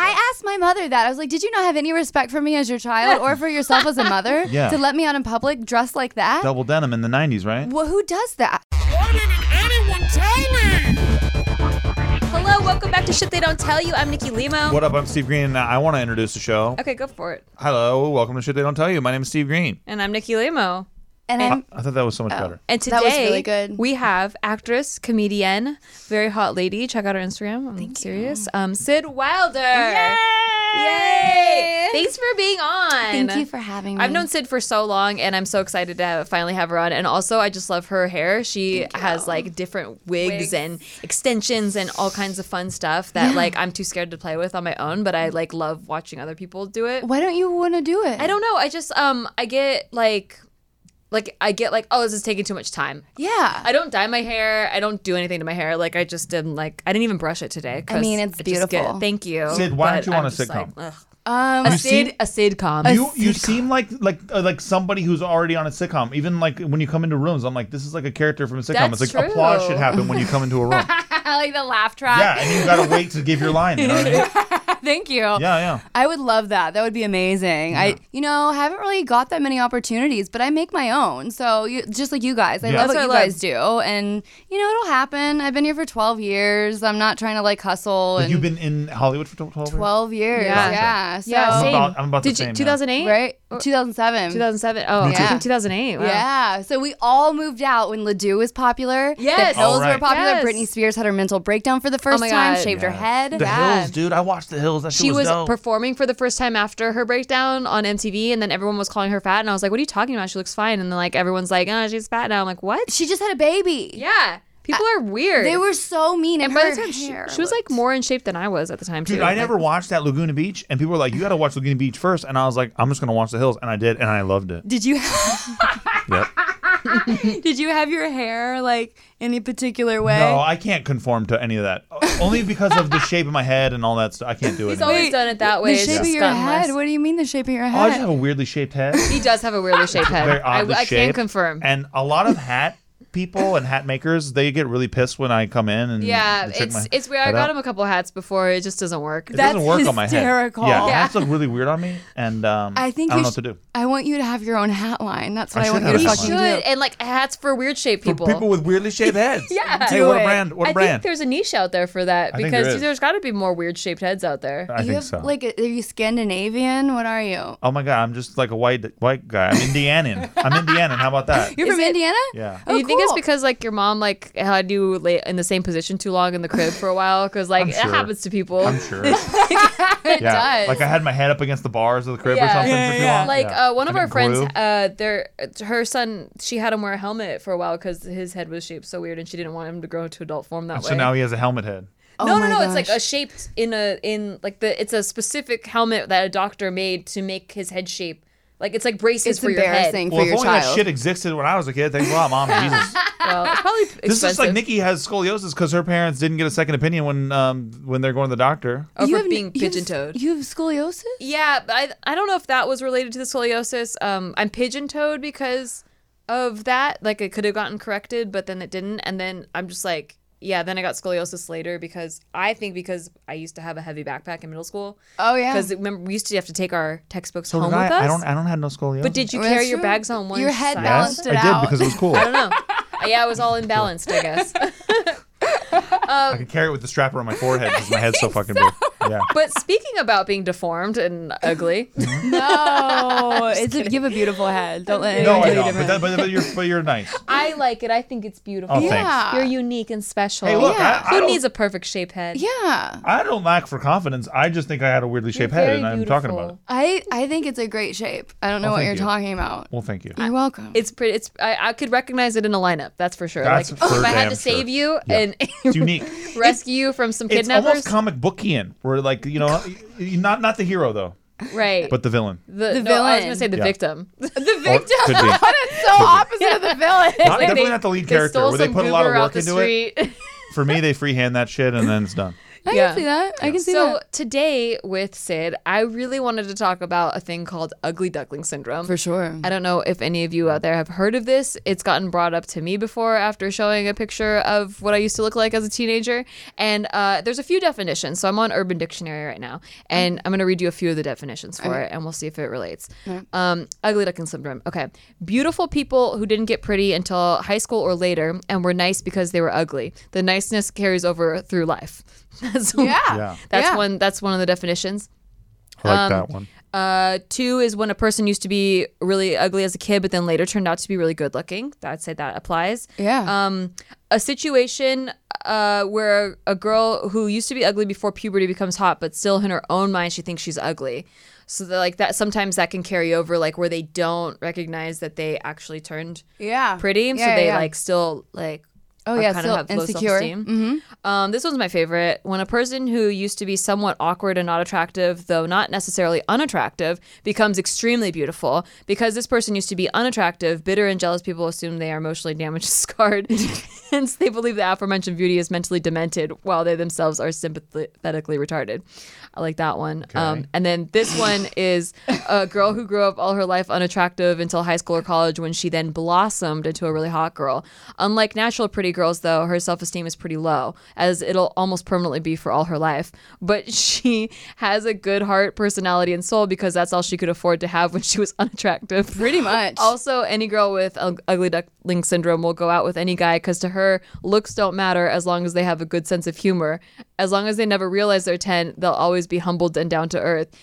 I asked my mother that. I was like, "Did you not have any respect for me as your child, or for yourself as a mother, Yeah. to let me out in public dressed like that?" double denim in the 90s, right? Well, who does that? Hello, welcome back to Shit They Don't Tell You. I'm Nikki Limo. What up? I'm Steve Green, and I want to introduce the show. Okay, go for it. Hello, welcome to Shit They Don't Tell You. My name is Steve Green. And I'm Nikki Limo. And I'm I thought that was so much better. And today That was really good. we have actress, comedian, very hot lady. Check out her Instagram. I'm serious. Um, Sid Wilder. Yay! Yay! Thanks for being on. thank you for having me. I've known Sid for so long, and I'm so excited to have, finally have her on. And also, I just love her hair. She has like different wigs, and extensions and all kinds of fun stuff that like I'm too scared to play with on my own. But I like love watching other people do it. Why don't you want to do it? I don't know. I just um I get like like I get like oh this is taking too much time. Yeah. I don't dye my hair. I don't do anything to my hair. Like I just didn't like I didn't even brush it today. 'cause I mean, it's I just beautiful. thank you. Sid, why aren't But you on I'm a just sitcom? Like, ugh. Um, a seen- Sid a sitcom. You you seem like like uh, like somebody who's already on a sitcom. Even like when you come into rooms, I'm like, this is like a character from a sitcom. That's it's like true. applause should happen when you come into a room. like the laugh track. yeah, and you gotta wait to give your line. You know what I mean? thank you. Yeah, yeah. I would love that. That would be amazing. I, you know, I haven't really got that many opportunities, but I make my own. So you, just like you guys, I Yeah. love That's what, what you I guys do, and you know it'll happen. I've been here for 12 years. I'm not trying to like hustle. But and you've been in Hollywood for 12 years. 12 years. Yeah. Yeah. Yeah. So, Yeah, I'm same. about, I'm about Did the same. you yeah. 2008? right, 2007. 2007. Oh, too. yeah. 2008. Wow. Yeah. So we all moved out when Ledoux was popular. Yes. The Hills All right. were popular. Yes. Britney Spears had her mental breakdown for the first my time, God. shaved her head. The Yeah. Hills, dude. I watched The Hills. That shit She was, was dope. performing for the first time after her breakdown on MTV, and then everyone was calling her fat, and I was like, "What are you talking about? She looks fine." And then like everyone's like, "Oh, she's fat now." I'm like, "What?" She just had a baby. Yeah, people are weird. They were so mean. And, And by her the time she, hair she was like looked- more in shape than I was at the time too. Dude, I never watched that Laguna Beach, and people were like, "You got to watch Laguna Beach first. and I was like, "I'm just gonna watch The Hills," and I did, and I loved it. Did you Yep. did you have your hair like any particular way? No, I can't conform to any of that. O- Only because of the shape of my head and all that stuff. I can't do it. He's anymore. always done it that way. the It's shape of just your gotten head. worse. What do you mean the shape of your Oh, I just head? have a weirdly shaped head. He does have a weirdly shaped head. Very I, oddly I can shaped. confirm. And a lot of hat people and hat makers, they get really pissed when I come in and yeah, they check it's my it's weird. I head got out. him a couple hats before. It just doesn't work. It That's doesn't work on my head. hysterical. Yeah, Yeah. hats look really weird on me, and um, I think I don't you sh- know what to do. I want you to have your own hat line. That's what I I, want should you to have a fucking hat should do. and like hats for weird shaped people. with weirdly shaped heads. Yeah. hey, Do what a it. brand! What a I brand! think there's a niche out there for that I think because there is. Uh, there's got to be more weird shaped heads out there. I you think have so. like a, are you Scandinavian? What are you? oh my god, I'm just like a white white guy. I'm Indianan. I'm Indianan. How about that? You're from Indiana? Yeah. Oh, you think it's cool. because like your mom like had you lay in the same position too long in the crib for a while? Because like I'm it sure. happens to people. I'm sure. it yeah. does. Like I had my head up against the bars of the crib or something for too long. Like Yeah. uh, one of Like our it friends, grew. uh, their her son, she had him wear a helmet for a while because his head was shaped so weird, and she didn't want him to grow into adult form that so way. now he has a helmet head. no, Oh no, my no! It's like gosh. a shaped in a in like the it's a specific helmet that a doctor made to make his head shape. Like it's like braces it's for your head. embarrassing Well, for if your only that child. shit existed when I was a kid, thanks a lot, mom. Jesus. Well, it's probably This expensive. is like Nikki has scoliosis because her parents didn't get a second opinion when um when they're going to the doctor. Or for n- being you have- pigeon-toed. You have scoliosis? Yeah, but I I don't know if that was related to the scoliosis. Um, I'm pigeon toed because of that. Like it could have gotten corrected, but then it didn't. And then I'm just like, yeah. Then I got scoliosis later because I think because I used to have a heavy backpack in middle school. Oh, yeah. Because remember we used to have to take our textbooks So home did I, with us. I don't I don't have no scoliosis. but did you Well, carry that's your true. bags on one? Your head side? balance yes, balanced it I did out? because it was cool. I don't know. Yeah, I was all imbalanced, I guess. I could carry it with the strap around my forehead because my head's so fucking big. Yeah. But speaking about being deformed and ugly, Mm-hmm. No, it's a, Oh, you have a beautiful head. Don't let No, anyone I tell you don't. But, different. that, but, but you're but you're nice. I like it. I think it's beautiful. Oh, yeah, You're unique and special. Hey, look, I- I Who don't- needs a perfect shaped head? yeah. I don't lack for confidence. I just think I had a weirdly shaped head, very and I'm talking about it. beautiful. I I think it's a great shape. I don't know Oh, what thank you're you. talking about. Well, thank you. You're welcome. It's pretty. It's I, I could recognize it in a lineup. That's for sure. That's like for if I had damn to sure. save you Yeah. It's and unique. rescue you from some It's almost kidnappers, comic bookian. Where like you know, y- y- not not the hero though, right? but the villain. the, The no, villain. I was gonna say the Yeah. victim. the Or victim. could be. That's so opposite of the villain. Not, definitely not the lead character. stole Where they some put a lot of goober out work the into it. street. For me, they freehand that shit, and then it's done. I Yeah. can see that. I can see so that. today with Sid, I really wanted to talk about a thing called ugly duckling syndrome. For sure. I don't know if any of you out there have heard of this. It's gotten brought up to me before after showing a picture of what I used to look like as a teenager. And uh, there's a few definitions. So I'm on Urban Dictionary right now, and I'm going to read you a few of the definitions for it, and we'll see if it relates. Um, ugly duckling syndrome. Okay. Beautiful people who didn't get pretty until high school or later and were nice because they were ugly. The niceness carries over through life. That's Yeah. Yeah. That's Yeah. one. That's one of the definitions. Um, I like that one. Uh, two is when a person used to be really ugly as a kid, but then later turned out to be really good looking. I'd say that applies. Yeah. Um, a situation uh, where a girl who used to be ugly before puberty becomes hot, but still in her own mind she thinks she's ugly. So that, like that, sometimes that can carry over, like where they don't recognize that they actually turned yeah. pretty, so Yeah, they yeah. like still like Oh, are yeah, kind still of have low insecure. Mm-hmm. self-esteem. Um, this one's my favorite. When a person who used to be somewhat awkward and not attractive, though not necessarily unattractive, becomes extremely beautiful because this person used to be unattractive, bitter and jealous people assume they are emotionally damaged, and scarred, hence they believe the aforementioned beauty is mentally demented, while they themselves are sympathetically retarded. I like that one. Um, and then this one is a girl who grew up all her life unattractive until high school or college when she then blossomed into a really hot girl. Unlike natural pretty girls, though, her self esteem is pretty low, as it'll almost permanently be for all her life. But she has a good heart, personality, and soul because that's all she could afford to have when she was unattractive. Pretty much. Also, any girl with ug- ugly duckling syndrome will go out with any guy because to her, looks don't matter as long as they have a good sense of humor. As long as they never realize they're 10, they'll always be humbled and down to earth.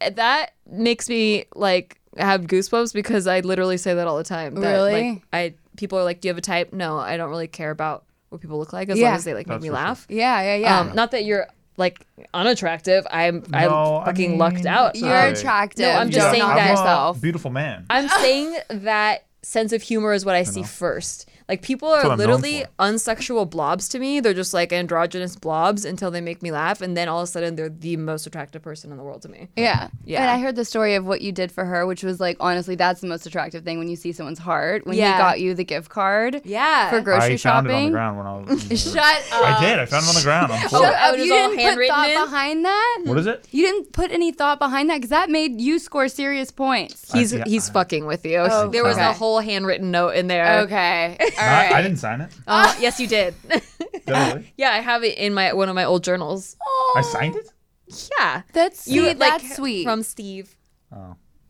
Th- That makes me like have goosebumps because I literally say that all the time. That, Really? Like, I people are like, "Do you have a type?" No, I don't really care about what people look like as Yeah. long as they like make me laugh. yeah, yeah, yeah. Um, not that you're like unattractive. I'm No, I'm I fucking mean- lucked out. You're Sorry. attractive. No, I'm just Don't saying knock that- yourself. beautiful man. I'm saying that sense of humor is what I see first. Like people what are I'm known literally for. unsexual blobs to me. They're just like androgynous blobs until they make me laugh, and then all of a sudden they're the most attractive person in the world to me. Yeah. Yeah. And I heard the story of what you did for her, which was like honestly, that's the most attractive thing when you see someone's heart. When Yeah. he got you the gift card. Yeah. For grocery I found shopping. it on the ground when I was. Shut up. I did. I found it on the ground. I'm Oh, poor. I Oh, was you all didn't put handwritten thought in? behind that. What is it? You didn't put any thought behind that because that made you score serious points. He's I- he's fucking with you. there was okay. a whole handwritten note in there. Oh, Okay. All I, I right. didn't sign it. Uh, yes, you did. Did I really? yeah, I have it in my one of my old journals. I signed it. Yeah. That's You sweet. like Oh, that's sweet. from Steve.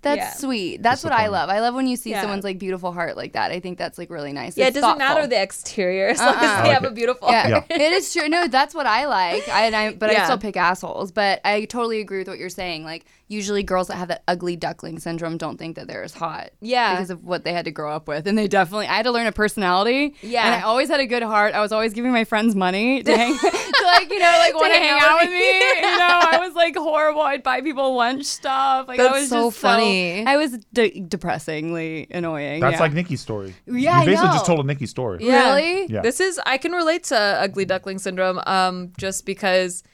that's yeah. sweet. That's what I love. I love when you see Yeah. someone's like beautiful heart like that. I think that's like really nice. Yeah, it It's doesn't thoughtful. matter the exterior as long I as they like have it. a beautiful Yeah. Yeah. it is true. No, that's what I like. I, and I but I Yeah. still pick assholes. But I totally agree with what you're saying. Like usually girls that have that ugly duckling syndrome don't think that they're as hot. Yeah. because of what they had to grow up with, and they definitely. I had to learn a personality. Yeah. and I always had a good heart. I was always giving my friends money to hang, to like you know, like want to hang out with me. you know, I was like horrible. I'd buy people lunch stuff. Like That's I was so just funny. I was de- depressingly annoying. That's yeah. like Nikki's story. Yeah, you I basically know. just told a Nikki story. Yeah. Really? Yeah. This is I can relate to ugly duckling syndrome um just because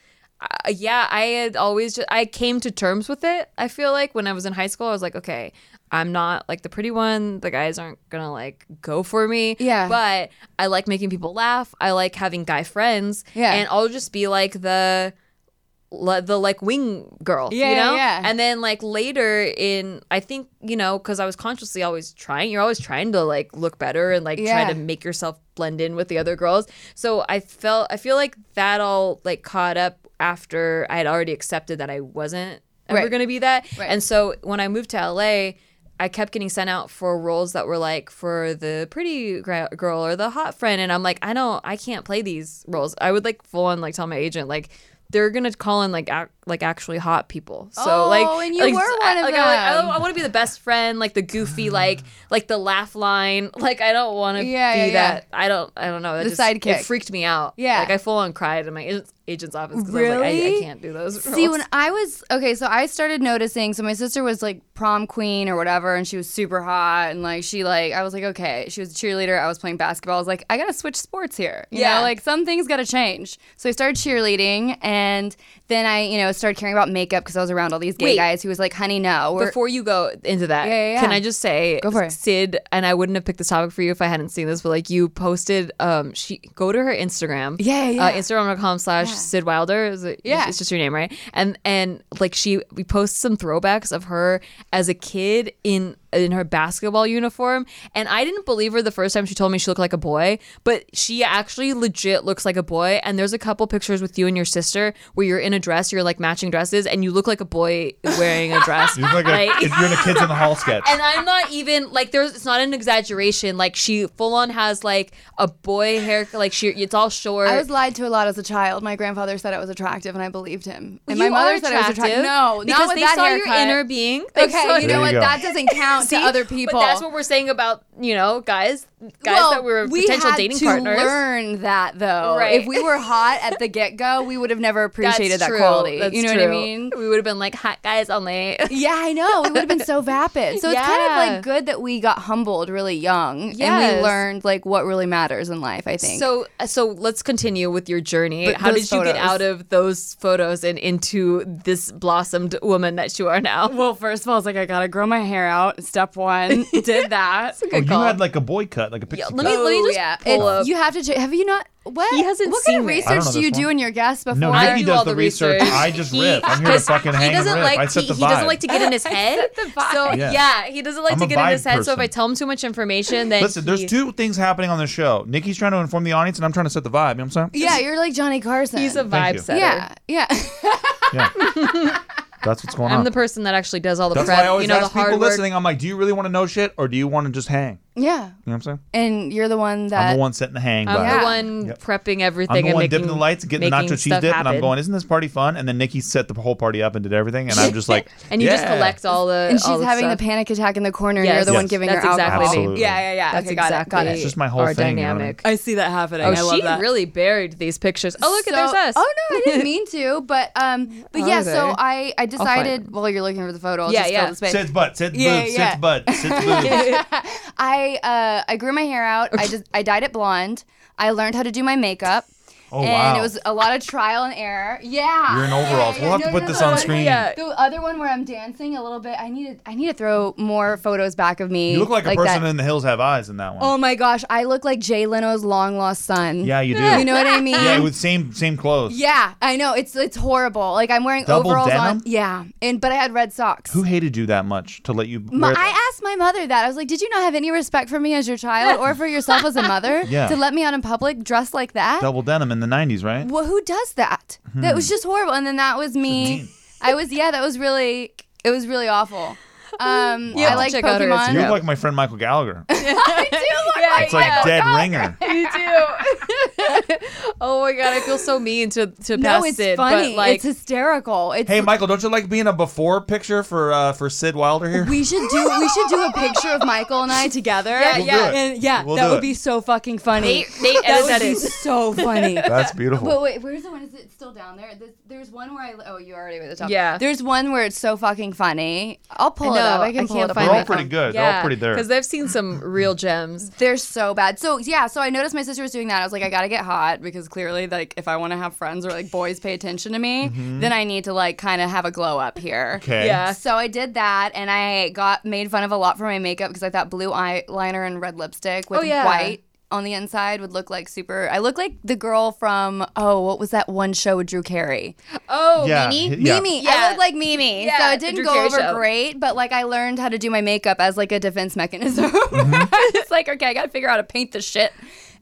uh, yeah, I had always just I came to terms with it. I feel like when I was in high school, I was like, okay, I'm not like the pretty one. The guys aren't gonna like go for me. Yeah. But I like making people laugh. I like having guy friends. Yeah. And I'll just be like the le- the like wing girl, Yeah, you yeah, know? yeah. And then like later in, I think, you know, because I was consciously always trying, you're always trying to like look better and like Yeah. try to make yourself blend in with the other girls. So I felt, I feel like that all like caught up after I had already accepted that I wasn't ever Right. going to be that. Right. And so when I moved to LA, I kept getting sent out for roles that were like for the pretty gra- girl or the hot friend, and I'm like, I don't, I can't play these roles. I would like full on like tell my agent like they're gonna call in like ac- like actually hot people. So Oh, like, and you like, were one of like, I, them. I, want to be the best friend, like the goofy, Ah. like like the laugh line. Like I don't want to Yeah, be yeah, yeah. that. I don't. I don't know. That The just, sidekick. It freaked me out. Yeah. Like I full on cried in my agent- agent's office because I was like, I, Really? I can't do those. See, roles. when I was okay, so I started noticing. So my sister was like prom queen or whatever, and she was super hot, and like she like I was like okay, she was a cheerleader. I was playing basketball. I was like I gotta switch sports here. You Yeah. know, like some things gotta change. So I started cheerleading, and then I you know started caring about makeup because I was around all these gay Wait. guys who was like, honey, no, we're before you go into that, Yeah, yeah, yeah. can I just say, Go for it. Sid, and I wouldn't have picked this topic for you if I hadn't seen this, but like you posted, um, she go to her Instagram, Yeah, yeah, uh, yeah. Instagram.com slash Sid Wilder, is it, Yeah. it's just your name, right? And and like she, we post some throwbacks of her as a kid in in her basketball uniform, and I didn't believe her the first time she told me she looked like a boy, but she actually legit looks like a boy. And there's a couple pictures with you and your sister where you're in a dress, you're like matching dresses, and you look like a boy wearing a dress. It's like a, Right. if you're in a kids in the hall sketch. And I'm not even like there's it's not an exaggeration. Like she full on has like a boy hair like she it's all short. I was lied to a lot as a child. My grandfather said I was attractive, and I believed him. And my You mother are said I was attractive. No, because not with they that saw your haircut. inner being. They saw- Okay, you know There you what? go. That doesn't count to See? other people. But that's what we're saying about you know guys, guys that were we potential had dating to partners. Learn that though. Right. If we were hot at the get go, we would have never That's appreciated that true. quality. That's you know what I true. mean? We would have been like hot guys only. Yeah, I know. It would have been so vapid. So it's kind of Yeah. like good that we got humbled really young and Yes. we learned like what really matters in life. I think. So so let's continue with your journey. But How did those you get photos. out of those photos and into this blossomed woman that you are now? well, first of all, I was like, I gotta grow my hair out. Step one, did that. oh, you had like a boy cut, like a pixie let me- cut. let Oh, just yeah. pull It's- up- You have to. Ch- have you not? What? He hasn't What seen kind of it. I don't research know do you this do one. in your guests before? No, I Nikki do does all the the research. research. I just He- rip. I'm here to 'cause fucking hang he doesn't and rip. like I set he, the vibe. he doesn't like to get in his head. So Yeah. yeah. he doesn't like I'm to a get in his vibe head. So if I person. tell him too much information, then Listen, there's he- two things happening on the show. Nikki's trying to inform the audience, and I'm trying to set the vibe. You know what I'm saying? Yeah, you're like Johnny Carson. He's a Thank vibe you. setter. yeah, yeah. That's what's going I'm on. the person that actually does all the That's prep. why I always you know, ask the hard people work. listening. I'm like, do you really want to know shit, or do you want to just hang? Yeah. You know what I'm saying? And you're the one that I'm the one setting the hang. Uh, I'm vibe. the Yeah. one Yep. prepping everything. I'm the and one making, dipping the lights, getting the nacho making cheese stuff dip, and I'm happen. going, "Isn't this party fun?" And then Nikki set the whole party up and did everything, and I'm just like, And you just "Yeah." collect all the. and she's all the having stuff. the panic attack in the corner, and Yes. you're the one Yes. giving That's her exactly alcohol. me. Absolutely. Yeah, yeah, yeah. That's okay, exactly got it, got It's it. just my whole our thing, you know what I dynamic. mean? I see that happening. Oh, I love she that. really buried these pictures. Oh, look, there's So- us. Oh, Oh no, I didn't mean to, but um, but yeah. So Okay. I I decided them. while you're looking for the photo, I'll Yeah, just yeah. fill the space. Sid's butt, Sid's Yeah, boobs, yeah. Sid's butt, Sid's boobs. I uh I grew my hair out. I just I dyed it blonde. I learned how to do my makeup. Oh, and wow. it was a lot of trial and error. Yeah. You're in overalls. Yeah, yeah, We'll have to no, put no, this no. on screen. yeah. The other one where I'm dancing a little bit. I need to I need to throw more photos back of me. You look like a that. person in the hills have eyes in that one. Oh my gosh, I look like Jay Leno's long lost son. yeah, you do. You know what I mean? yeah, with same same clothes. Yeah, I know. It's it's horrible. Like I'm wearing Double overalls denim? on. Yeah. And but I had red socks. Who hated you that much to let you? my, wear that? I asked my mother that. I was like, "Did you not have any respect for me as your child, or for yourself as a mother, Yeah. to let me out in public dressed like that?" double Hmm. denim in the '90s, right? Well, who does that? That was just horrible. And then that was me. I was yeah. That was really it was really awful. Um, You I have to like check out her Pokemon. You Instagram. look like my friend Michael Gallagher. yeah, It's like dead ringer. You do. oh my god, I feel so mean to to no, pass it's it, funny. but like it's hysterical. It's Hey, Michael, don't you like being a before picture for uh, for Sid Wilder here? We should do we should do a picture of Michael and I together. Yeah, We'll yeah. do it. And yeah, We'll that do would it. be so fucking funny. Nate, Nate that edit would that be in. so funny. That's beautiful. But wait, where's the one? Is it still down there? There's, there's one where I oh you already were at the top. Yeah. There's one where it's so fucking funny. I'll pull it know, up. I can I pull can't it up. find on They're all my pretty phone. good. They're all pretty there. Because I've seen some real gems. They're so bad. So yeah, so I noticed my sister was doing that. I was like, I gotta get hot because clearly, like, if I want to have friends or like boys pay attention to me, then I need to like kind of have a glow up here. Mm-hmm. Okay. Yeah. So I did that, and I got made fun of a lot for my makeup because I thought blue eyeliner and red lipstick with Oh, yeah. white on the inside would look like super. I look like the girl from oh, what was that one show with Drew Carey? Oh, Yeah, Mimi? yeah. Mimi. I Yeah. look like Mimi. Yeah, so it the didn't Drew go Carey over show. great, but like I learned Mm-hmm. how to do my makeup as like a defense mechanism. it's like okay, I got to figure out how to paint the shit.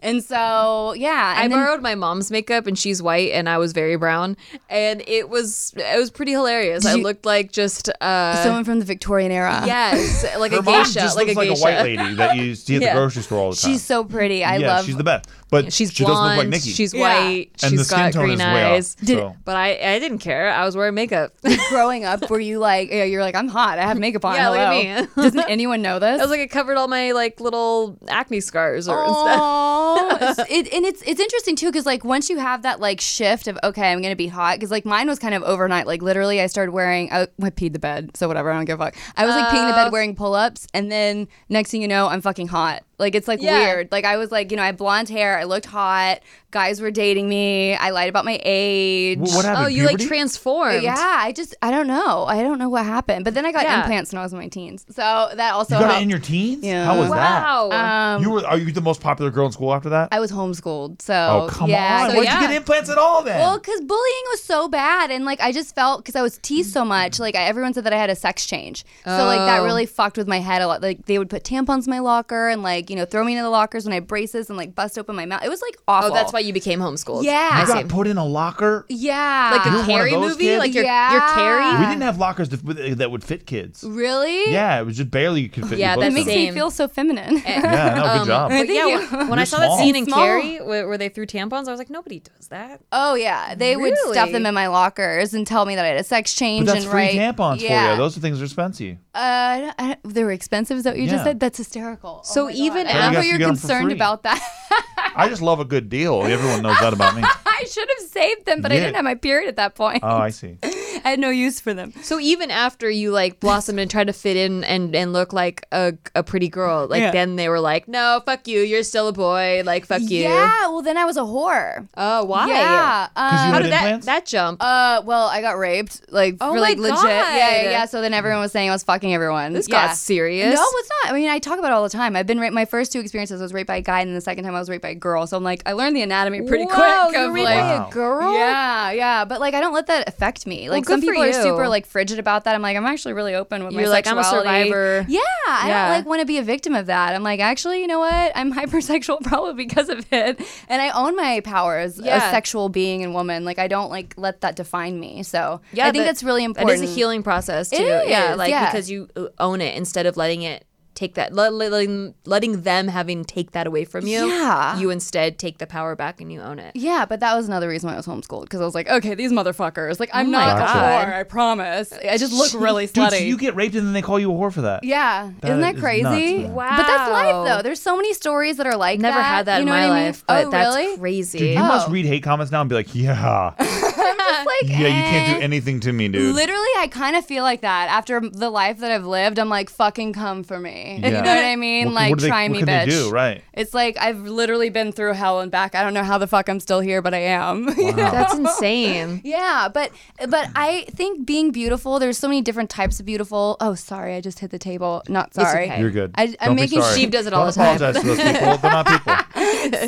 And so, yeah. I And then- borrowed my mom's makeup and she's white and I was very brown and it was it was pretty hilarious. I you- looked like just uh someone from the Victorian era. yes, like Her a mom geisha, just like a looks like geisha. a white lady that you see at Yeah. the grocery store all the time. She's so pretty. I yeah, love she's the best. But She's she doesn't blonde, look like Nikki. she's Yeah. white, and the she's skin got tone green is way eyes. off. So. But I I didn't care. I was wearing makeup. growing up were you like yeah, you're like i'm hot i have makeup on Yeah, look at hello." me. doesn't anyone know this I was like, it covered all my like little acne scars or stuff. Oh, it, and it's it's interesting too because like once you have that like shift of okay I'm gonna be hot because like mine was kind of overnight like literally I started wearing I, I peed the bed so whatever I don't give a fuck I was like peeing the Uh. bed wearing pull ups and then next thing you know I'm fucking hot like it's like Yeah. weird like I was like you know I had blonde hair I looked hot guys were dating me I lied about my age Wh- what happened? Oh, you like Puberty? transformed. Yeah, I just I don't know. I don't know what happened. But then I got Yeah. implants when I was in my teens, so that also You got helped. it in your teens? Yeah. How was Wow. Um, that? you were are you the most popular girl in school after that? I was homeschooled, so oh come yeah. on! so Why'd yeah. you get implants at all then? Well, because bullying was so bad, and like I just felt because I was teased so much, like I, everyone said that I had a sex change, so like that really Oh. fucked with my head a lot. Like they would put tampons in my locker and like you know throw me into the lockers when I had braces and like bust open my mouth. It was like awful. Oh, that's why you became homeschooled. Yeah. you I see. got put in a locker. Yeah. Like the You're one of Carrie those movie, kids? like your Yeah. your Carrie. We didn't have lockers to, uh, that would fit kids. Uh, really? Yeah, it was just barely you could fit. Yeah, your that That books makes in. me um, Same. feel so feminine. Yeah, no, good job. But Thank yeah, you. when, when You're I saw that scene in small. Carrie where, where they threw tampons, I was like, nobody does that. Oh yeah, they would stuff Really? them in my lockers and tell me that I had a sex But change that's and write free tampons for yeah. you. Those are things that are expensive. uh, I don't- I don't- they were expensive. Is that what you Yeah. just said? That's hysterical. Oh So my God. even I after remember you you're get 'em for concerned free. about that. I just love a good deal. Everyone knows that about me. I should have saved them, but I Yeah. didn't have my period at that point. Oh, I see. I had no use for them. So even after you like blossomed and tried to fit in and, and look like a, a pretty girl, like Yeah. then they were like, no, fuck you. You're still a boy. Like, fuck you. Yeah. Well, then I was a whore. Oh, why? Yeah. Because you Um, How had did that, implants. that jump? uh, well, I got raped, like Oh for my like legit. Yeah, yeah, God. yeah. So then everyone was saying I was fucking everyone. this yeah. got serious. No, it's not. I mean, I talk about it all the time. I've been raped. My first two experiences I was raped by a guy, and then the second time I was raped by a girl. So I'm like, I learned the anatomy pretty Whoa, quick. you of, raped like, Wow. a girl? Yeah, yeah, but like I don't let that affect me. Like good some for people are you. super like frigid about that. I'm like I'm actually really open with my You're like, I'm a sexuality. survivor. Yeah, I Yeah. don't like want to be a victim of that. I'm like actually, you know what? I'm hypersexual probably because of it, and I own my power as Yeah. a sexual being and woman. Like I don't like let that define me. So Yeah, I think that- that's really important. That is a healing process too. It yeah, is, like yeah. because you uh, own it instead of letting it take that let- letting letting them having take that away from you. Yeah. You instead take the power back and you own it. Yeah, but that was another reason why I was homeschooled because I was like, okay, these motherfuckers. Like I'm Oh my not God. a whore. I promise. I just look really Dude, slutty. so you get raped and then they call you a whore for that. Yeah, is That isn't that is crazy? nuts, man. Wow. But that's life, though. There's so many stories that are like Never that. had that you know in my what I mean? life, but oh, that's really? crazy. Dude, you must Oh. read hate comments now and be like, yeah, It's like, yeah, you can't do eh. anything to me, dude. Literally, I kind of feel like that after the life that I've lived. I'm like, fucking come for me. Yeah. You know what I mean? What- like, what do they- try what me, can they bitch. do, right. It's like I've literally been through hell and back. I don't know how the fuck I'm still here, but I am. You know? That's insane. Yeah, but but I think being beautiful. There's so many different types of beautiful. Oh, sorry, I just hit the table. Not sorry. okay. You're good. I, I'm Don't be making sorry. Steve does it all Don't the time. apologize to those people. They're not people.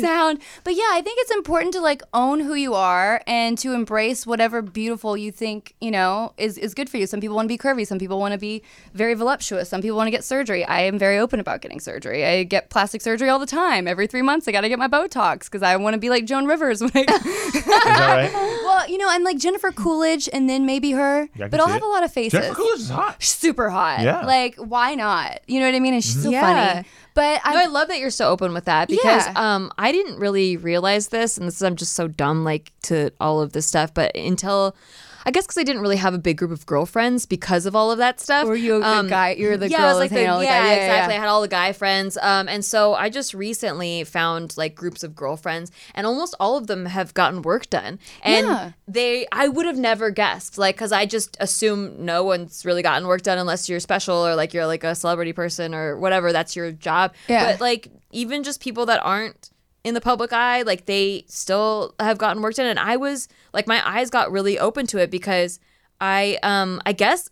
sound. But yeah, I think it's important to like own who you are and to embrace whatever beautiful you think, you know, is, is good for you. Some people want to be curvy, some people want to be very voluptuous, some people want to get surgery. I am very open about getting surgery. I get plastic surgery all the time. Every three months I gotta get my Botox because I wanna be like Joan Rivers when I Is that right? Well, you know, I'm like Jennifer Coolidge and then maybe her. Yeah, I can but I'll see have it. a lot of faces Jennifer Coolidge is hot. super hot. Yeah. Like, why not? You know what I mean? And she's so Yeah. funny. But I'm No, I love that you're so open with that because Yeah. um, I didn't really realize this, and this is, I'm just so dumb like to all of this stuff. But until, I guess, because I didn't really have a big group of girlfriends because of all of that stuff. Were you a good guy? You're the girl I was that's like the, hanging out with the yeah, guy. Yeah, yeah, exactly. yeah. I had all the guy friends, um, and so I just recently found like groups of girlfriends, and almost all of them have gotten work done, and Yeah. they I would have never guessed, like, because I just assume no one's really gotten work done unless you're special or like you're like a celebrity person or whatever. That's your job. Yeah. But like even just people that aren't in the public eye, like they still have gotten work done. And I was like my eyes got really open to it because I um I guess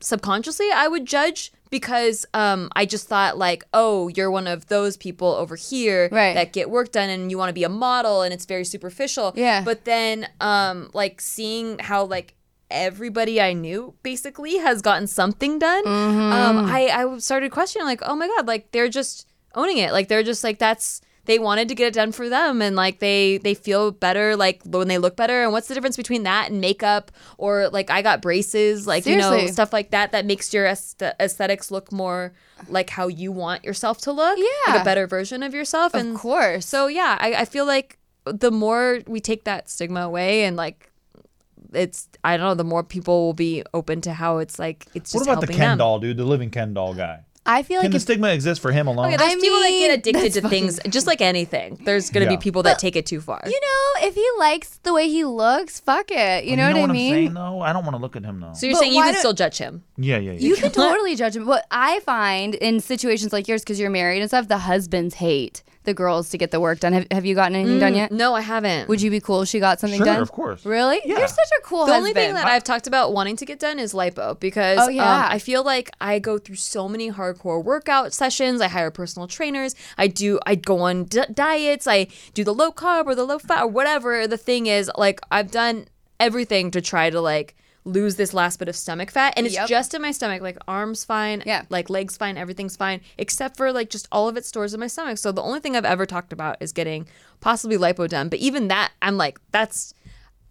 subconsciously I would judge because um I just thought like, oh, you're one of those people over here Right. that get work done and you want to be a model and it's very superficial. Yeah. But then um like seeing how like everybody I knew basically has gotten something done. Mm-hmm. Um I I started questioning like, oh my god, like they're just owning it. Like they're just like that's they wanted to get it done for them and like they they feel better like when they look better and what's the difference between that and makeup or like I got braces like you know Seriously. stuff like that that makes your aesthe- aesthetics look more like how you want yourself to look like Yeah. a better version of yourself and Of course. so yeah, I, I feel like the more we take that stigma away and like it's I don't know, the more people will be open to how it's like it's What just about the helping Ken them. doll dude, the living Ken doll guy? I feel Can like the if stigma exist for him alone? Yeah, there's I people that mean, get addicted that's to things just like anything. There's gonna Yeah. be people that take it too far. you know, if he likes the way he looks, fuck it. You know, what, what I I'm saying, mean? though? I don't want to look at him though. so you're But saying you why can do- still judge him. yeah, yeah, yeah. You can totally judge him. What I find in situations like yours, because you're married and stuff, the husbands hate the girls to get the work done. Have, have you gotten anything done yet? No, I haven't. Would you be cool if she got something Mm, Sure, done? of course. Really? You're such a cool the husband. only thing that I've talked about wanting to get done is lipo because Oh, yeah. um, I feel like I go through so many hardcore workout sessions. I hire personal trainers. I do. I go on d- diets. I do the low carb or the low fat or whatever the thing is. Like I've done everything to try to like lose this last bit of stomach fat, and it's Yep. just in my stomach. Like arms fine. Yeah. Like legs fine. Everything's fine except for like just all of it stores in my stomach. So the only thing I've ever talked about is getting possibly lipo done. But even that, I'm like that's.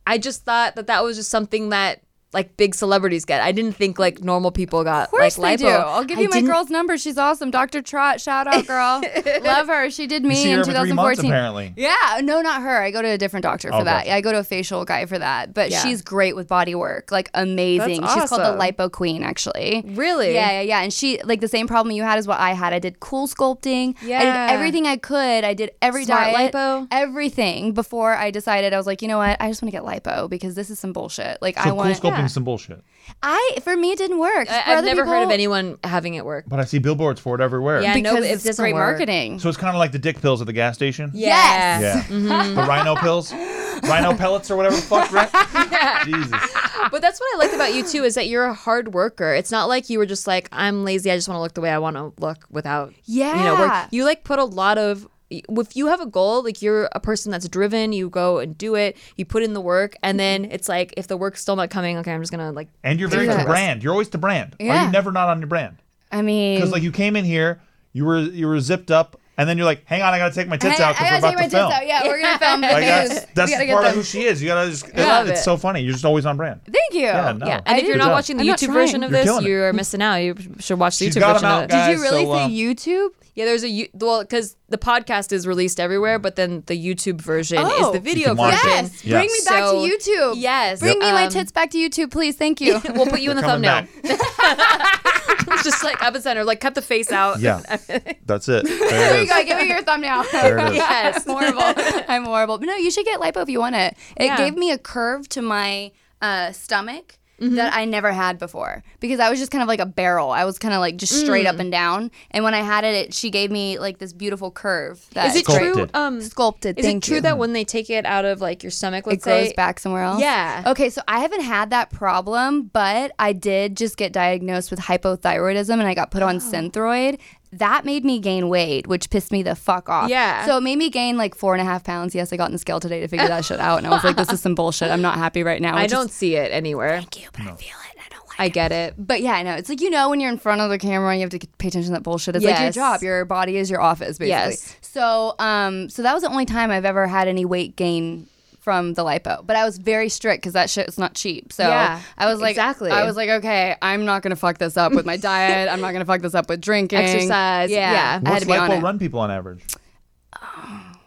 I just thought that that was just something that like big celebrities get. I didn't think like normal people got Of course like they lipo. do. I'll give I you my didn't- girl's number. She's awesome. Dr. Trot, shout out, girl. Love her. She did You me see in her every three months 2014. apparently. Yeah, no, not her. I go to a different doctor for Oh, that. gotcha. Yeah, I go to a facial guy for that. But Yeah. she's great with body work, like amazing. That's She's called the awesome. lipo queen, actually. Really? Yeah, yeah, yeah. And she like the same problem you had is what I had. I did cool sculpting. I Yeah. did everything I could. I did every Smart diet, lipo. everything before I decided I was like, you know what? I just want to get lipo because this is some bullshit. Like So I want. cool sculpting some bullshit. I for me it didn't work. I, For I've other never heard of people- anyone having it work. But I see billboards for it everywhere. Yeah. I know because it it's doesn't great work. marketing. So it's kind of like the dick pills at the gas station. Yes. Mm-hmm. Yeah. The rhino pills, rhino pellets, or whatever the fuck, right? Jesus. Ah. But that's what I like about you too is that you're a hard worker. It's not like you were just like I'm lazy. I just want to look the way I want to look without you know Yeah. work. You like put a lot of if you have a goal, like you're a person that's driven, you go and do it. You put in the work, and then it's like if the work's still not coming, okay, I'm just gonna like And you're very Yeah. to brand. You're always to brand. Are Yeah. you never not on your brand? I mean, Because like you came in here, you were you were zipped up, and then you're like, hang on, I gotta take my tits out I, because we're I gotta about take my to tits film. out. Yeah, we're gonna film. the Like news. that's We that's gotta get part of them. who she is. You gotta just. love it's it. so funny. You're just always on brand. Thank you. Yeah, no. Yeah, and if Good you're not job. watching the I'm not YouTube trying. version of You're this, killing it. you're missing out. You should watch the She's YouTube got 'em version out, of it. guys. Did you really so, uh, say YouTube? Yeah, there's a you- well because the podcast is released everywhere, but then the YouTube version is Oh. the video can watch it. version. Yes. Bring me back to So- YouTube. Yes. Bring me my Um, tits back to YouTube, please. Thank you. We'll put you in the coming thumbnail. Just like up and center, like cut the face out. Yeah, that's it. There There you it is. go. Give me your thumbnail. There it is. Yes. horrible. I'm horrible. But no, you should get lipo if you want it. It Yeah. gave me a curve to my uh, stomach Mm-hmm. that I never had before because I was just kind of like a barrel. I was kind of like just straight Mm. up and down. And when I had it, it she gave me like this beautiful curve. That Is it true? Sculpted. Um, Sculpted. Is it thank true you. that when they take it out of like your stomach, let's it grows say, back somewhere else. Yeah. Okay, so I haven't had that problem, but I did just get diagnosed with hypothyroidism and I got put on Synthroid. That made me gain weight, which pissed me the fuck off. Yeah. So it made me gain like four and a half pounds. Yes, I got in the scale today to figure that shit out. And I was like, this is some bullshit. I'm not happy right now. I which is- don't see it anywhere. Thank you, but I feel it. and I don't like I it. get it. But yeah, I know. It's like, you know, when you're in front of the camera and you have to pay attention to that bullshit. It's like your Yes. job. Your body is your office, basically. Yes. So, um, so that was the only time I've ever had any weight gain from the lipo. But I was very strict because that shit is not cheap. So Yeah, I was like, exactly. I was like, okay, I'm not going to fuck this up with my diet. I'm not going to fuck this up with drinking. Exercise, Yeah. yeah. I had What's to be on lipo it. run people on average?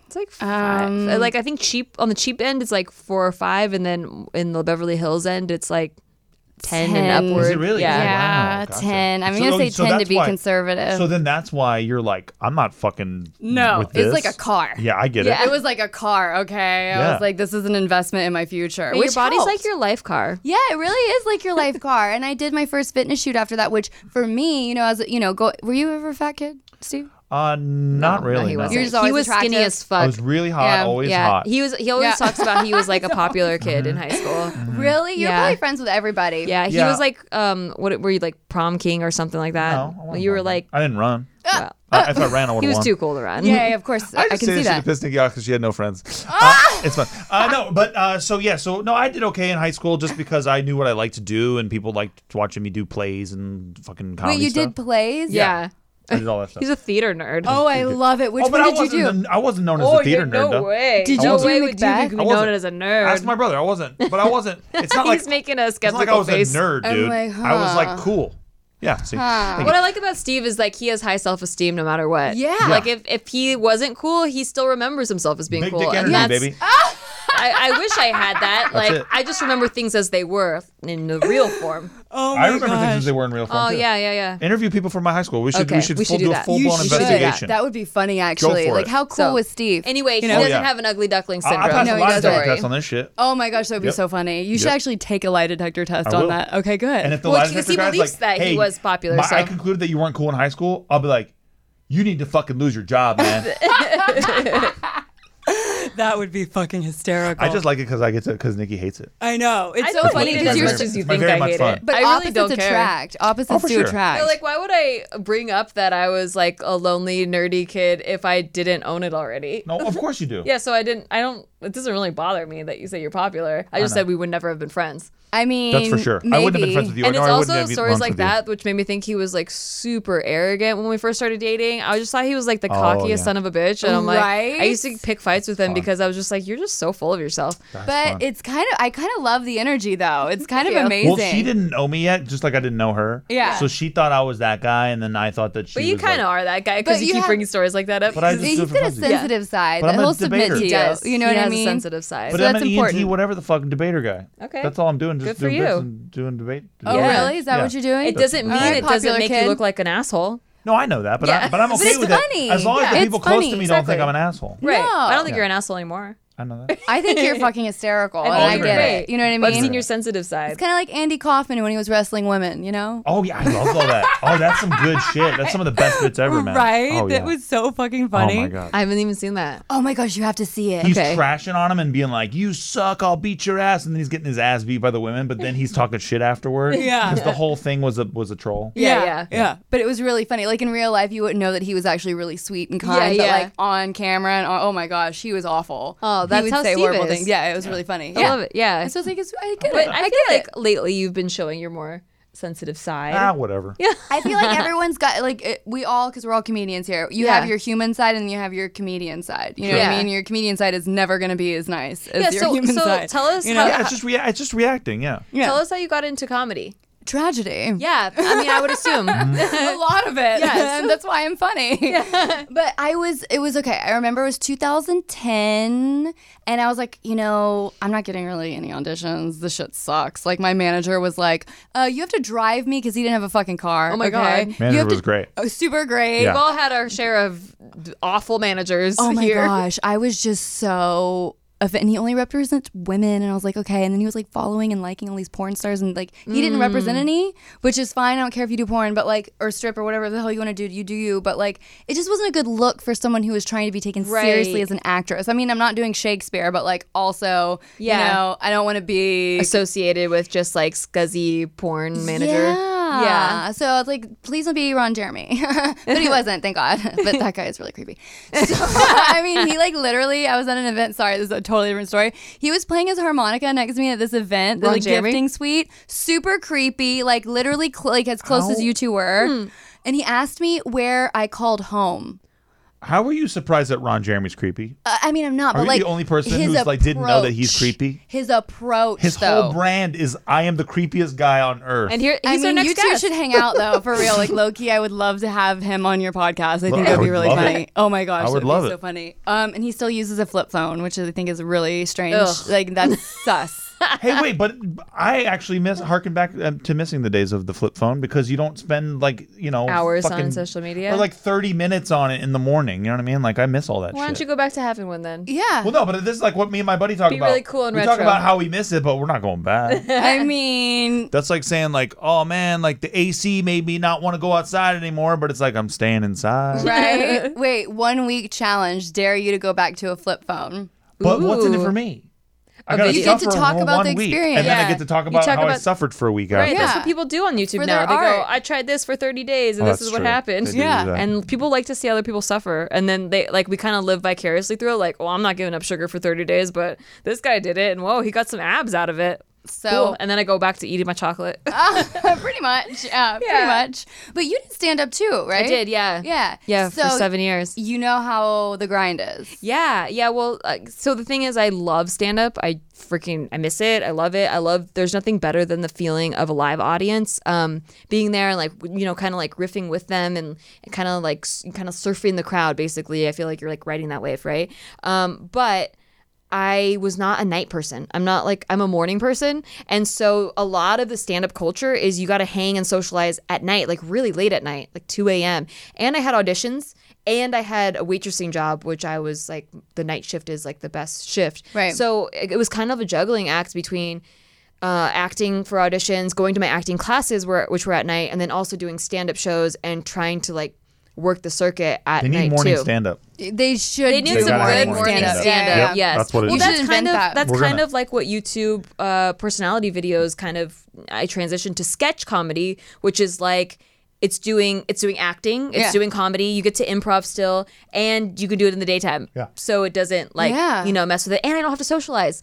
It's like five. Uh, like I think cheap on the cheap end, it's like four or five, and then in the Beverly Hills end, it's like ten, 10. and upward. Is it really? Yeah. Oh, wow. Yeah, Gotcha. 10. I'm So- going to say so 10 to that's be why- conservative. So then that's why you're like, I'm not fucking. Oh. no, with it's this. like a car. Yeah, I get it. It was like a car, okay? I Yeah. was like, this is an investment in my future. Your which body's helped. like your life car. Yeah, it really is like your life car. And I did my first fitness shoot after that, which for me, you know, as a- you know, go. Were you ever a fat kid, Steve? Uh, not No, really. he no. wasn't. You're just always he was skinny attractive. as I fuck. was really hot, Yeah, always yeah, hot. Mhm. he was. He always Yeah. talks about he was like a popular kid in high school. Really? You're Yeah. probably friends with everybody. Yeah, he Yeah. was like, um, what were you like prom king or something like that? No, I wasn't you were running. like, I didn't run. "Uh, well, I, if I ran, I would he have was won. too cool to run. Yeah, yeah, of course. I, I just can say see that that. she pissed Nikki off because she had no friends. Uh, it's fun. Uh, no, but uh, so yeah, so no, I did okay in high school just because I knew what I liked to do and people liked watching me do plays and fucking comedy Wait, you stuff. did plays? Yeah. I did all that stuff. He's a theater nerd. Oh, I love it. Which oh, but one I did you do? wasn't. the- I wasn't known as Oh, a theater yeah, nerd. no though. way. Did you no do way Macbeth? would you be I known wasn't. as a nerd. Ask my brother. I wasn't. But I wasn't. It's not like He's making a it's skeptical not like I was face. a nerd, I'm dude. like, I was huh. like cool. Yeah. See. Thank What you. I like about Steve is like he has high self esteem no matter what. Yeah. Yeah. Like if, if he wasn't cool, he still remembers himself as being Big cool. dick energy, that's- baby. I, I wish I had that. like it. I just remember things as they were in the real form. Oh I remember things as they were in real form. Oh too. yeah, yeah, yeah. Interview people from my high school. We should. Okay, We should, we should full, do do, a that. full You blown should do that. investigation. That would be funny, actually. for Like, it. how cool So- was Steve? Anyway, he You know? doesn't Yeah. have an ugly duckling I, syndrome. I passed No, a he lie doesn't. detector test on this shit. Oh my gosh, that would be Yep. so funny. You should Yep. actually take a lie detector test I on will. that. Okay, good. And if the Well, lie 'cause detector he guy's believes like, that he hey, was popular, my- I so." concluded that you weren't cool in high school. I'll be like, you need to fucking lose your job, man. That would be fucking hysterical. I just like it because I get to because Nikki hates it. I know. It's I so don't funny hate it because as you're much as you It's my think very I much hate fun. it. but I really opposites don't care. attract. Opposites Oh, for do sure. attract. So, like, why would I bring up that I was like a lonely nerdy kid if I didn't own it already? No, of course you do. Yeah, so I didn't. I don't. It doesn't really bother me that you say you're popular. I just said we would never have been friends. I mean, That's for sure. Maybe. I wouldn't have been friends with you. and I know it's I wouldn't also have been stories lunch like with you. that which made me think he was like super arrogant when we first started dating. I just thought he was like the cockiest Oh, yeah. son of a bitch, and I'm like, I Right? used to pick fights with him because I was just like, you're just so full of yourself. But it's kind of, I kind of love the energy though. It's kind of you. amazing. Well, she didn't know me yet, just like I didn't know her. Yeah. So she thought I was that guy, and then I thought that she. But you was kind of like, are that guy because But you, you keep have- bringing stories like that up. But I just He's do it for got a fun. Yeah. sensitive side. But I'm that a he'll submit debater. to He you. does. You know He what I has a mean? sensitive side. But E So I'm that's an ENT, important. whatever the fuck, debater guy. Okay. That's all I'm doing, just Good for doing bits you. and doing debate. Oh, debating. really? Is that Yeah. what you're doing? it doesn't mean All right, it doesn't popular make kid. you look like an asshole. No, I know that, but I, Yeah. but I'm But okay it's with funny. it as long as Yeah. the people It's close funny, to me exactly. don't think I'm an asshole. Right. I don't think No. you're an asshole anymore. I know that. I think you're fucking hysterical, and think I you're get great. it. You know what I mean? But I've seen your sensitive side. It's kind of like Andy Kaufman when he was wrestling women. You know? Oh yeah, I love all that. Oh, that's some good shit. That's some of the best bits ever, man. right. Oh, yeah. That was so fucking Oh funny. my god. I haven't even seen that. Oh my gosh, you have to see it. He's Okay. trashing on him and being like, "You suck! I'll beat your ass," and then he's getting his ass beat by the women. But then he's talking shit afterward. Yeah. because the whole thing was a was a troll. Yeah, Yeah, yeah. yeah, But it was really funny. Like in real life, you wouldn't know that he was actually really sweet and kind. Yeah, But yeah. like on camera, and on, oh my gosh, he was awful. Oh, He that's would how say Steve horrible is. things. Yeah, it was really funny. I love it. Yeah. And so it's like, it's, I get But it. I, I feel get like it. lately you've been showing your more sensitive side. Ah, whatever. Yeah. I feel like everyone's got like it, we all because we're all comedians here. You Yeah. have your human side and you have your comedian side. You know what Yeah. I mean? Your comedian side is never going to be as nice as Yeah, your so- human so side. tell us you how- know? Yeah, it's just rea- it's just reacting. Yeah. Yeah. Tell us how you got into comedy. tragedy. Yeah, I mean, I would assume. Mm-hmm. a lot of it. Yes. And that's why I'm funny. But I was, it was okay. I remember it was 2010, and I was like, you know, I'm not getting really any auditions. This shit sucks. Like, my manager was like, uh, you have to drive me because he didn't have a fucking car. Oh my okay? God. You Manager have to- was great. Oh, super great. Yeah. We've all had our share of awful managers Oh my here. gosh, I was just so offended. And he only represents women, and I was like, okay. And then he was like following and liking all these porn stars, and like he didn't Mm. represent any, which is fine. I don't care if you do porn, but like or strip or whatever the hell you want to do, you do you. But like, it just wasn't a good look for someone who was trying to be taken seriously Right. as an actress. I mean, I'm not doing Shakespeare, but like also, Yeah. you know, I don't want to be Associated with just like scuzzy porn manager. yeah. Yeah. So I was like, please don't be Ron Jeremy. but he wasn't, thank God. But that guy is really creepy. So, I mean, he like literally, I was at an event. Sorry, this is a totally different story. He was playing his harmonica next to me at this event, the Ron like, Jeremy? gifting suite. Super creepy, like literally cl- like as close as Oh. How- you two were. Hmm. And he asked me where I called home. How were you surprised that Ron Jeremy's creepy? Uh, I mean, I'm not, Are but you like the only person his who's, like, didn't know that he's approach- creepy? His approach, His though. whole brand is I am the creepiest guy on earth. And here, he's I our mean, next you two guest. should hang out though, for real. Like Loki, I would love to have him on your podcast. I Well, I think that'd would be really love it. funny. Oh my gosh, I would that'd love be it. so funny. Um, and he still uses a flip phone, which I think is really strange. Ugh. Like that's sus. hey, wait, but I actually miss harken back um, to missing the days of the flip phone because you don't spend like you know Hours on fucking- social media? or like thirty minutes on it in the morning. You know what I mean? Like I miss all that. Why shit. don't you go back to having one then? Yeah. Well, no, but this is like what me and my buddy talk Be about. really cool and we talk retro. about how we miss it, but we're not going back. I mean, That's like saying like, oh man, like the AC made me not want to go outside anymore, but it's like I'm staying inside. right? Wait, one week challenge. Dare you to go back to a flip phone? But what's in it Ooh. for me? I but gotta you get to suffer talk for about the one week, experience. and then Yeah. I get to talk You about talk how I about- suffered for a week Right, after. that's Yeah. what people do on YouTube For now. their They go, art. "I tried this for 30 days, and Oh, this that's is what true. happened." They do Yeah. that. and people like to see other people suffer and then they like we kind of live "Oh, vicariously through it like well i'm not giving up sugar for 30 days but this guy did it and whoa he got some abs out of it So and then I go back to eating my chocolate. pretty much, yeah, pretty Yeah. much. But you did stand up too, right? I did, yeah. Yeah. Yeah, So for seven years. You know how the grind is. Yeah, yeah. Well, uh, so the thing is, I love stand up. I freaking I miss it. I love it. I love. There's nothing better than the feeling of a live audience, um, being there and like you know, kind of like riffing with them and kind of like kind of surfing the crowd. Basically, I feel like you're like riding that wave, right? Um, but I was not a night person. I'm not like I'm a morning person. And so a lot of the stand up culture is you got to hang and socialize at night, like really late at night, like 2 a.m. And I had auditions and I had a waitressing job, which I was like, the night shift is like the best shift. Right. So it it was kind of a juggling act between uh, acting for auditions, going to my acting classes, where, which were at night, and then also doing stand up shows and trying to like work the circuit at They night need morning too. stand up. They should. They need They do some gotta have good more morning stand-up. stand-up. Yep, Yes, that's what it well, is. You that's should kind invent of that. that's We're kind gonna- of like what YouTube uh, personality videos kind of. I transitioned to sketch comedy, which is like it's doing it's doing acting, it's Yeah. doing comedy. You get to improv still, and you can do it in the daytime. Yeah. So it doesn't like Yeah. you know mess with it, and I don't have to socialize.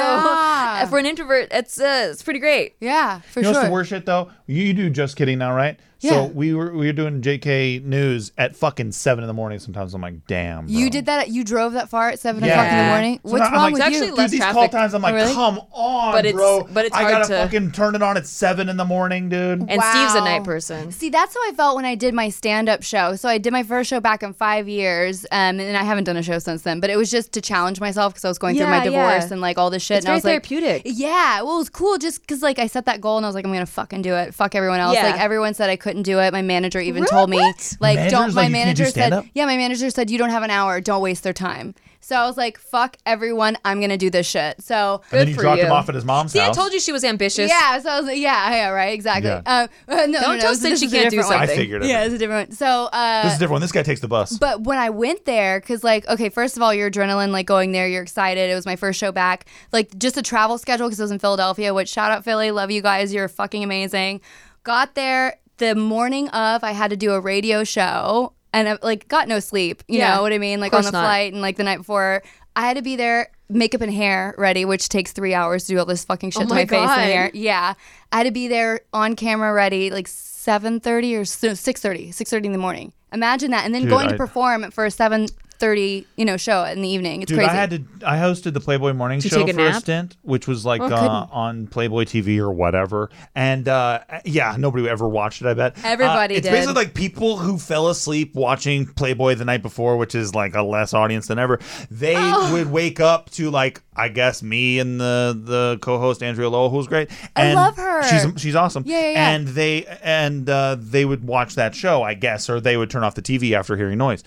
Yeah. So for an introvert, it's uh, it's pretty great. Yeah, for You know sure. what's the worst shit though? You, you do just kidding now, right? Yeah. So we were we were doing JK news at fucking seven in the morning. Sometimes I'm like, damn. You bro. did that. You drove that far at seven Yeah. o'clock in the Yeah. morning. So What's now I'm wrong like, with It's actually you? Dude, less these traffic. call times, I'm like, really? come on, But it's- bro. but it's I hard gotta to- fucking turn it on at seven in the morning, dude. And Steve's a Wow. night person. See, that's how I felt when I did my stand up show. So I did my first show back in five years, um, and I haven't done a show since then. But it was just to challenge myself because I was going through my Yeah, divorce yeah. and like all this shit. It's and I very was like, therapeutic. Yeah, well, it was cool just because like I set that goal and I was like, I'm gonna fucking do it. Fuck everyone else. Yeah. Like everyone said I couldn't do it. My manager even Really? told me What? like, Manager's don't. My like, "You can't do manager said, stand-up?" yeah, my manager said you don't have an hour. Don't waste their time. So I was like, fuck everyone. I'm gonna do this shit. So And then you for dropped him you. off at his mom's See, I house. told you she was ambitious. yeah, so I was like, yeah, yeah, right, exactly. Yeah. Uh, no, no, no, tell this- Sid this she is a can't do different one. I something. figured it. Yeah, it's a different one. So, This uh, is a different one. This guy takes the bus. but when I went there, because, like, okay, first of all, your adrenaline, like, going there, you're excited. It was my first show back. Like, just the travel schedule, because I was in Philadelphia, which shout out Philly. Love you guys. You're fucking amazing. Got there the morning of, I had to do a radio show and, I, like, got no sleep. You Yeah. know what I mean? Like, Of on course the not. flight and, like, the night before, I had to be there. Makeup and hair ready, which takes three hours to do all this fucking shit Oh to my my face God. and hair. Yeah, I had to be there on camera ready like 7:30 or s- no, 6:30, 6:30 in the morning. Imagine that, and then Dude, going I- to perform for a 7:30 you know show in the evening. It's Dude, crazy. I had to. I hosted the Playboy Morning Did you Show take a for a nap? stint, which was like Oh, uh, couldn't. on Playboy TV or whatever. And uh, yeah, nobody ever watched it. I bet Everybody Uh, it's did. basically like people who fell asleep watching Playboy the night before, which is like a less audience than ever. They Oh. would wake up to like I guess me and the the co-host Andrea Lowell, who's great. And love her. She's she's awesome. Yeah, yeah, yeah. And they and uh, they would watch that show, I guess, or they would turn off the TV after hearing noise.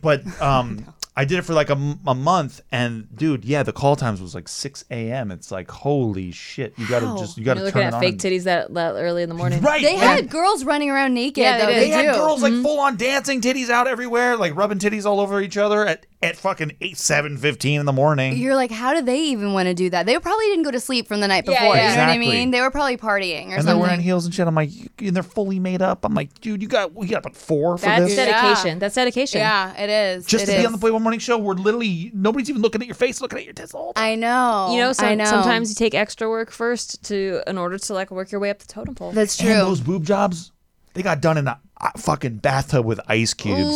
but um. I did it for like a, m- a month, and dude, yeah, the call times was like 6 a.m. It's like, holy shit, you gotta just, you gotta You're looking turn it at on. fake and- titties that, that early in the morning. Right. they and- had girls running around naked. Yeah, they though. did. they They had girls Mm-hmm. like full on dancing titties out everywhere, like rubbing titties all over each other at, at fucking eight seven fifteen in the morning. You're like, how do they even want to do that? They probably didn't go to sleep from the night before. Yeah, You know yeah. what I Exactly. mean? They were probably partying or and they're something. wearing heels and shit. I'm like, you, and they're fully made up. I'm like, dude, you got we got up four for That's this. dedication. That's dedication. yeah, it is. Just It to be is. on the Playboy Morning Show, where literally nobody's even looking at your face, looking at your tits all. the time. I know. You know, so, I know. sometimes you take extra work first to in order to like work your way up the totem pole. that's true. And those boob jobs, they got done in a uh, fucking bathtub with ice cubes.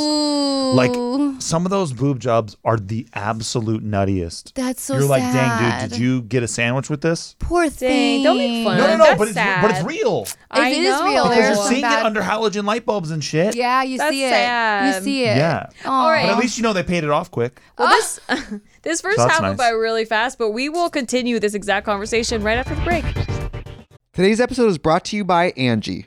Like some of those boob jobs are the absolute nuttiest. That's so You're like, dang, dude, sad." did you get a sandwich with this? Poor thing. Dang, don't make fun. No, no, Um, no, that's but it's, but it's sad. real. I If it is know. real, Because Oh, there's you're some seeing bad- it under halogen light bulbs and shit. Yeah, Oh, you That's see it. You sad. see it. Yeah. Aw. But at least you know they paid it off quick. Well, this Ah! this first That's half went by nice. really fast, but we will continue this exact conversation right after the break. Today's episode is brought to you by Angie.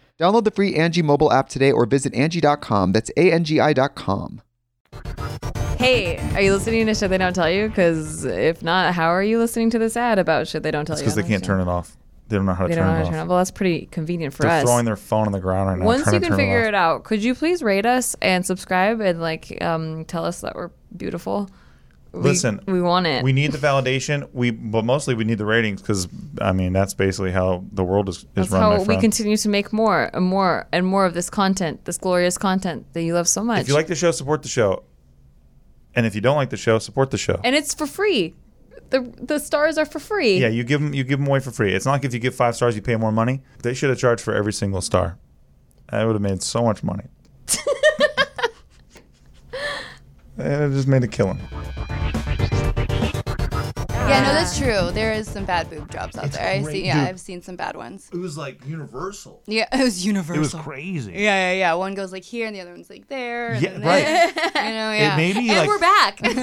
Download the free Angie mobile app today or visit Angie.com. That's A N G I.com. Hey, are you listening to Shit They Don't Tell You? Because if not, how are you listening to this ad about Shit They Don't Tell You? because they can't turn it off. They don't know how to They don't turn know it how to off. turn it off. Well, that's pretty convenient for They're us. throwing their phone on the ground right now. Once trying you to can turn figure off. it out, could you please rate us and subscribe and like um, tell us that we're beautiful? We- Listen, we want it. We need the validation. We, but mostly we need the ratings because I mean that's basically how the world is, is That's run. my how we friend. continue to make more and more and more of this content, this glorious content that you love so much. If you like the show, support the show. And if you don't like the show, support the show. and it's for free. The the stars are for free. yeah, you give them you give 'em away for free. It's not like if you give five stars, you pay more money. They should have charged for every single star. I would have made so much money. and it just made a killing. Yeah, no, that's true. There is some bad boob jobs out there. I see. Yeah, Dude. I've seen some bad ones. It was like universal. Yeah, it was universal. It was crazy. yeah, yeah, yeah. One goes like here, and the other one's like there. And Yeah, then right. there. You know, yeah. It made me And like we're back. Wait,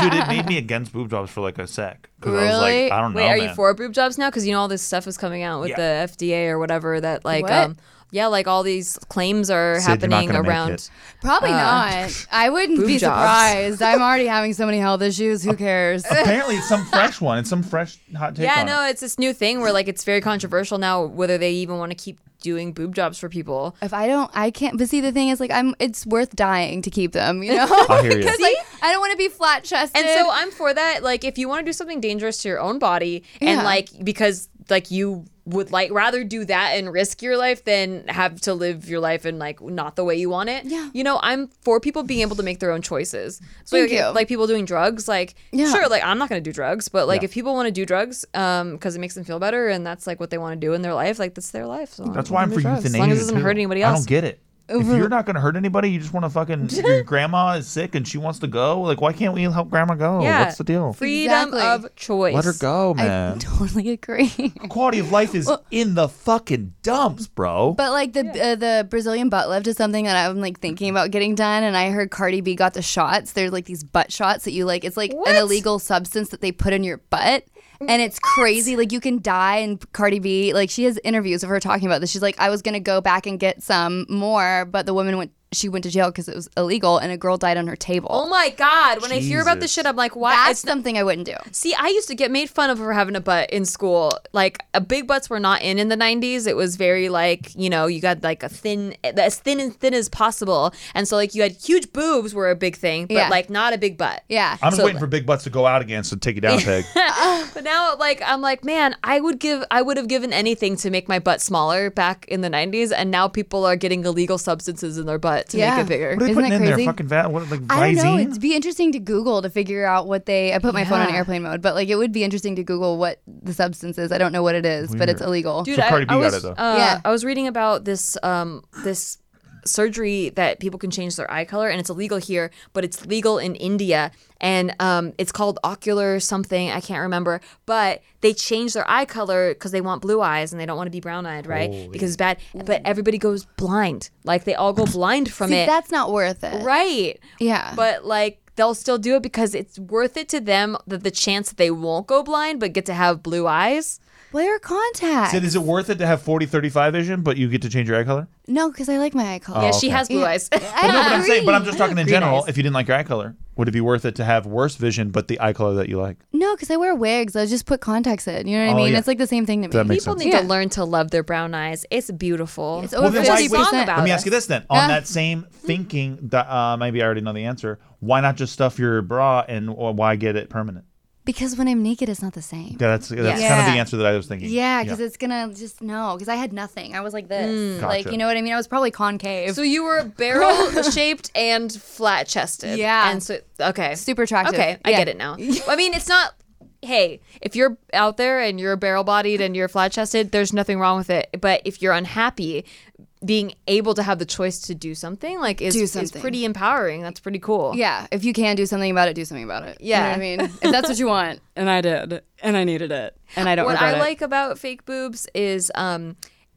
Dude, it made me against boob jobs for like a sec. Because I was Really? like, I don't know. are man. you for boob jobs now? Because you know all this stuff is coming out with Yeah. the FDA or whatever that like What? um yeah like all these claims are Sid, you're not happening gonna make around. it. Probably not. I wouldn't Uh, boob be jobs. surprised. I'm already having so many health issues. Who cares? Apparently, it's some fresh one. It's some fresh hot take. Yeah, on no, It. it's this new thing where like it's very controversial now whether they even want to keep doing boob jobs for people. if I don't, I can't. But see, the thing is, like, I'm. It's worth dying to keep them. You know. I hear you. Because like, I don't want to be flat chested. And so I'm for that. Like, if you want to do something dangerous to your own body, Yeah. and like because like you would like rather do that and risk your life than have to live your life in like not the way you want it. Yeah. You know, I'm for people being able to make their own choices. So Thank like, you. like people doing drugs, like Yeah. sure, like I'm not gonna do drugs, but like if people want to do drugs, um, because it makes them feel better and that's like what they want to do in their life, like that's their life. So That's let why I'm them for do drugs. euthanasia. As long as it doesn't too. hurt anybody I else. don't get it. If you're not going to hurt anybody, you just want to fucking. Your grandma is sick and she wants to go. Like, why can't we help grandma go? Yeah. What's the deal? Freedom Exactly. of choice. Let her go, I man. totally agree. Quality of life is In the fucking dumps, bro. But like the uh, the Brazilian butt lift is something that I'm like thinking about getting done, and I heard Cardi B got the shots. There's like these butt shots that you like. It's like an illegal substance that they put in your butt, and it's crazy. Like you can die. And Cardi B, like she has interviews of her talking about this. She's like, I was gonna go back and get some more, but the woman went. She went to jail because it was illegal, and a girl died on her table. Oh my god! When I hear about this shit, I'm like, why? That's Oh it's something I wouldn't do. See, I used to get made fun of for having a butt in school. Like, uh, big butts were not in in the '90s. It was very like, you know, you got like a thin, as thin and thin as possible, and so like you had huge boobs were a big thing, but Yeah. like not a big butt. Yeah. I'm just waiting for big butts to go out again, so take it down, Peg. But now, like, I'm like, man, I would give, I would have given anything to make my butt smaller back in the '90s, and now people are getting illegal substances in their butt to Yeah. make it bigger. What are they Isn't putting that in there? crazy? Fucking va- what, like I don't know. Visine? It'd be interesting to Google to figure out what they. I put my phone on Yeah. airplane mode, but like it would be interesting to Google what the substance is. I don't know what it is, but it's illegal. Dude, So I, Cardi B I got was, it, though. Uh, Yeah. I was reading about this um, this surgery that people can change their eye color, and it's illegal here, but it's legal in India, and um, it's called ocular something. I can't remember, but they change their eye color because they want blue eyes and they don't want to be brown eyed, right? Because it's bad. But everybody goes blind, like they all go blind from See, it, that's not worth it. right? Yeah. But like. They'll still do it because it's worth it to them that the chance that they won't go blind but get to have blue eyes. Wear contacts. Sid, is it worth it to have 40 35 vision, but you get to change your eye color? no, because I like my eye color. Oh, Yeah, she has blue Yeah. eyes. I No, but I'm saying, but I'm just talking in general. eyes. If you didn't like your eye color, would it be worth it to have worse vision, but the eye color that you like? No, because I wear wigs. I just put contacts in. You know what Oh, I mean? yeah. It's like the same thing to me. That makes People sense. need Yeah. to learn to love their brown eyes. It's beautiful. It's over then why- 50%. Song about Let me it. ask you this then. On Yeah. that same thinking, that, uh, maybe I already know the answer. Why not just stuff your bra and or why get it permanent? Because when I'm naked, it's not the same. Yeah, that's that's Yeah. kind of the Yeah. answer that I was thinking. Yeah, because it's gonna just no. Because I had nothing. I was like this, like Gotcha. you know what I mean. I was probably concave. So you were barrel shaped and flat chested. Yeah. And so okay. Super attractive. Okay, I Yeah. get it now. I mean, it's not. Hey, if you're out there and you're barrel bodied and you're flat chested, there's nothing wrong with it. But if you're unhappy, being able to have the choice to do something like is Do is something. pretty empowering. That's pretty cool. yeah, if you can do something about it, do something about it. Yeah. you know what I mean, if that's what you want, And I did. And I needed it. and I don't what regret I it. like about fake boobs is um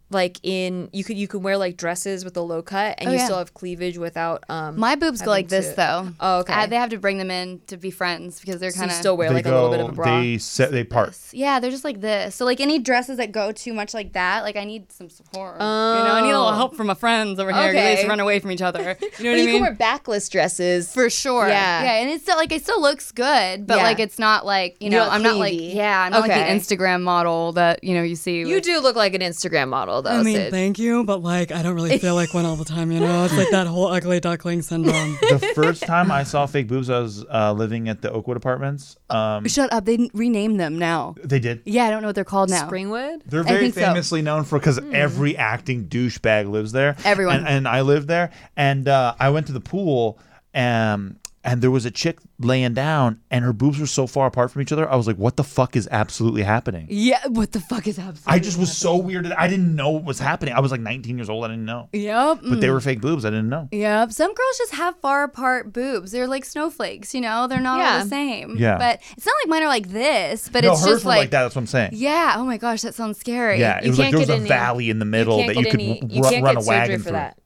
like in you could you can wear like dresses with a low cut and Oh, you yeah. still have cleavage without um My boobs go having like this to- though. Oh, okay. I- they have to bring them in to be friends because they're So you kind of still wear They like a little bit of go- a bra. They set they part. Yeah, they're just like this. So like any dresses that go too much like that, like I need some support. Um, You know, I need a little help. help from my friends over here. 'cause They Okay. just run away from each other. You know what I you can mean? wear backless dresses For sure. Yeah. Yeah, and it's still like it still looks good, but Yeah. like it's not like you know You're not I'm not like cleavy. yeah I'm not like Okay. the Instagram model that you know you see. You with- do look like an Instagram model, though. I mean, Sid. thank you, but like, I don't really feel like one all the time, you know? It's like that whole ugly duckling syndrome. the first time I saw fake boobs, I was uh, living at the Oakwood Apartments. Um, Shut up! They n- renamed them now. they did. Yeah, I don't know what they're called now. Springwood. They're I very think so. Hmm. famously known for because every acting douchebag lives there. Everyone. and, and I lived there. And uh, I went to the pool, um, and there was a chick laying down, and her boobs were so far apart from each other. I was like, "What the fuck is absolutely happening?" yeah, what the fuck is happening? I just was so weirded. I didn't know what was happening. I was like 19 years old. I didn't know, Yep. but they were fake boobs. I didn't know. Yep. Some girls just have far apart boobs. They're like snowflakes, you know? They're not all Yeah. the same. Yeah. But it's not like mine are like this, but no, it's hers just were like, that. That's what I'm saying. Yeah. Oh my gosh, that sounds scary. Yeah, it You was like can't there was get a any- valley in the middle that you could w- you ru- can't run get a surgery wagon for through. that.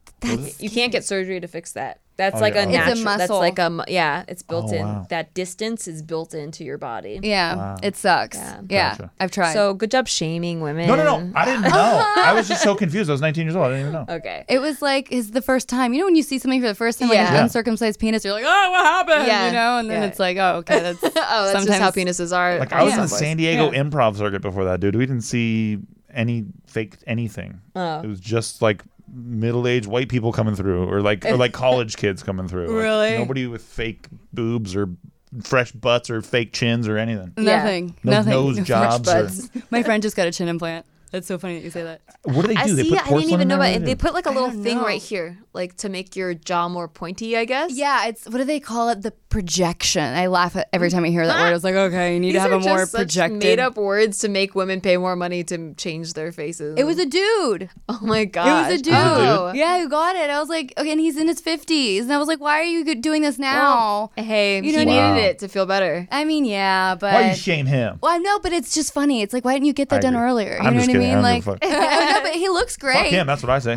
you can't get surgery to fix that. That's Oh, like yeah. a It's a natural. That's muscle. like a mu- yeah. It's built Oh, in. wow. That distance is built into your body. Yeah. It sucks. Yeah. Gotcha. I've tried. So good job shaming women. No, no, no. I didn't know. I was just so confused. I was 19 years old. I didn't even know. Okay. it was like is the first time. You know when you see something for the first time, like Yeah. an Yeah. uncircumcised penis, you're like, oh, what happened? Yeah. You know, and then Yeah. it's like, oh, okay, that's Oh, that's just how sometimes- penises are. Like I was in Yeah. the San Diego improv circuit before that, dude. We didn't see any fake anything. Oh. It was just like middle-aged white people coming through, or like or like college kids coming through. Like, Really? nobody with fake boobs or fresh butts or fake chins or anything. nothing. No Nothing. nose jobs. Or, butts. My friend just got a chin implant. That's so funny that you say that. what do they do? I they see. put I didn't porcelain even in know there? about it. They put like a little don't thing know. right here, like to make your jaw more pointy. I guess. Yeah, it's what do they call it? The projection. I laugh at every time I hear that word. I was like, okay, you need These to have are a more just such projected. made-up words to make women pay more money to change their faces. It was a dude. oh my It was god. a dude. Yeah, who got it? I was like, okay, and he's in his fifties, and I was like, why are you go- doing this now? Hey, You you know- he Wow. needed it to feel better. I mean, yeah, but Why you shame him? well, no, but it's just funny. It's like, why didn't you get that I done agree. earlier? You I'm know just what kidding. I mean? I like, don't give no, but he looks great. Fuck him. That's what I say.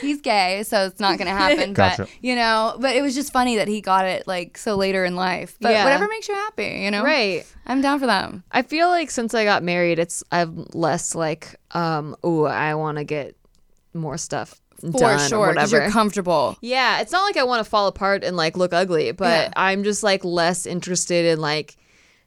He's gay, so it's not gonna happen. Gotcha. But you know, but it was just funny that he got it like so later in life. But Yeah. whatever makes you happy, you know. Right. I'm down for that. I feel like since I got married, it's I'm less like, um, ooh, I want to get more stuff For done or sure, because whatever. you're comfortable. yeah, it's not like I want to fall apart and like look ugly, but Yeah. I'm just like less interested in like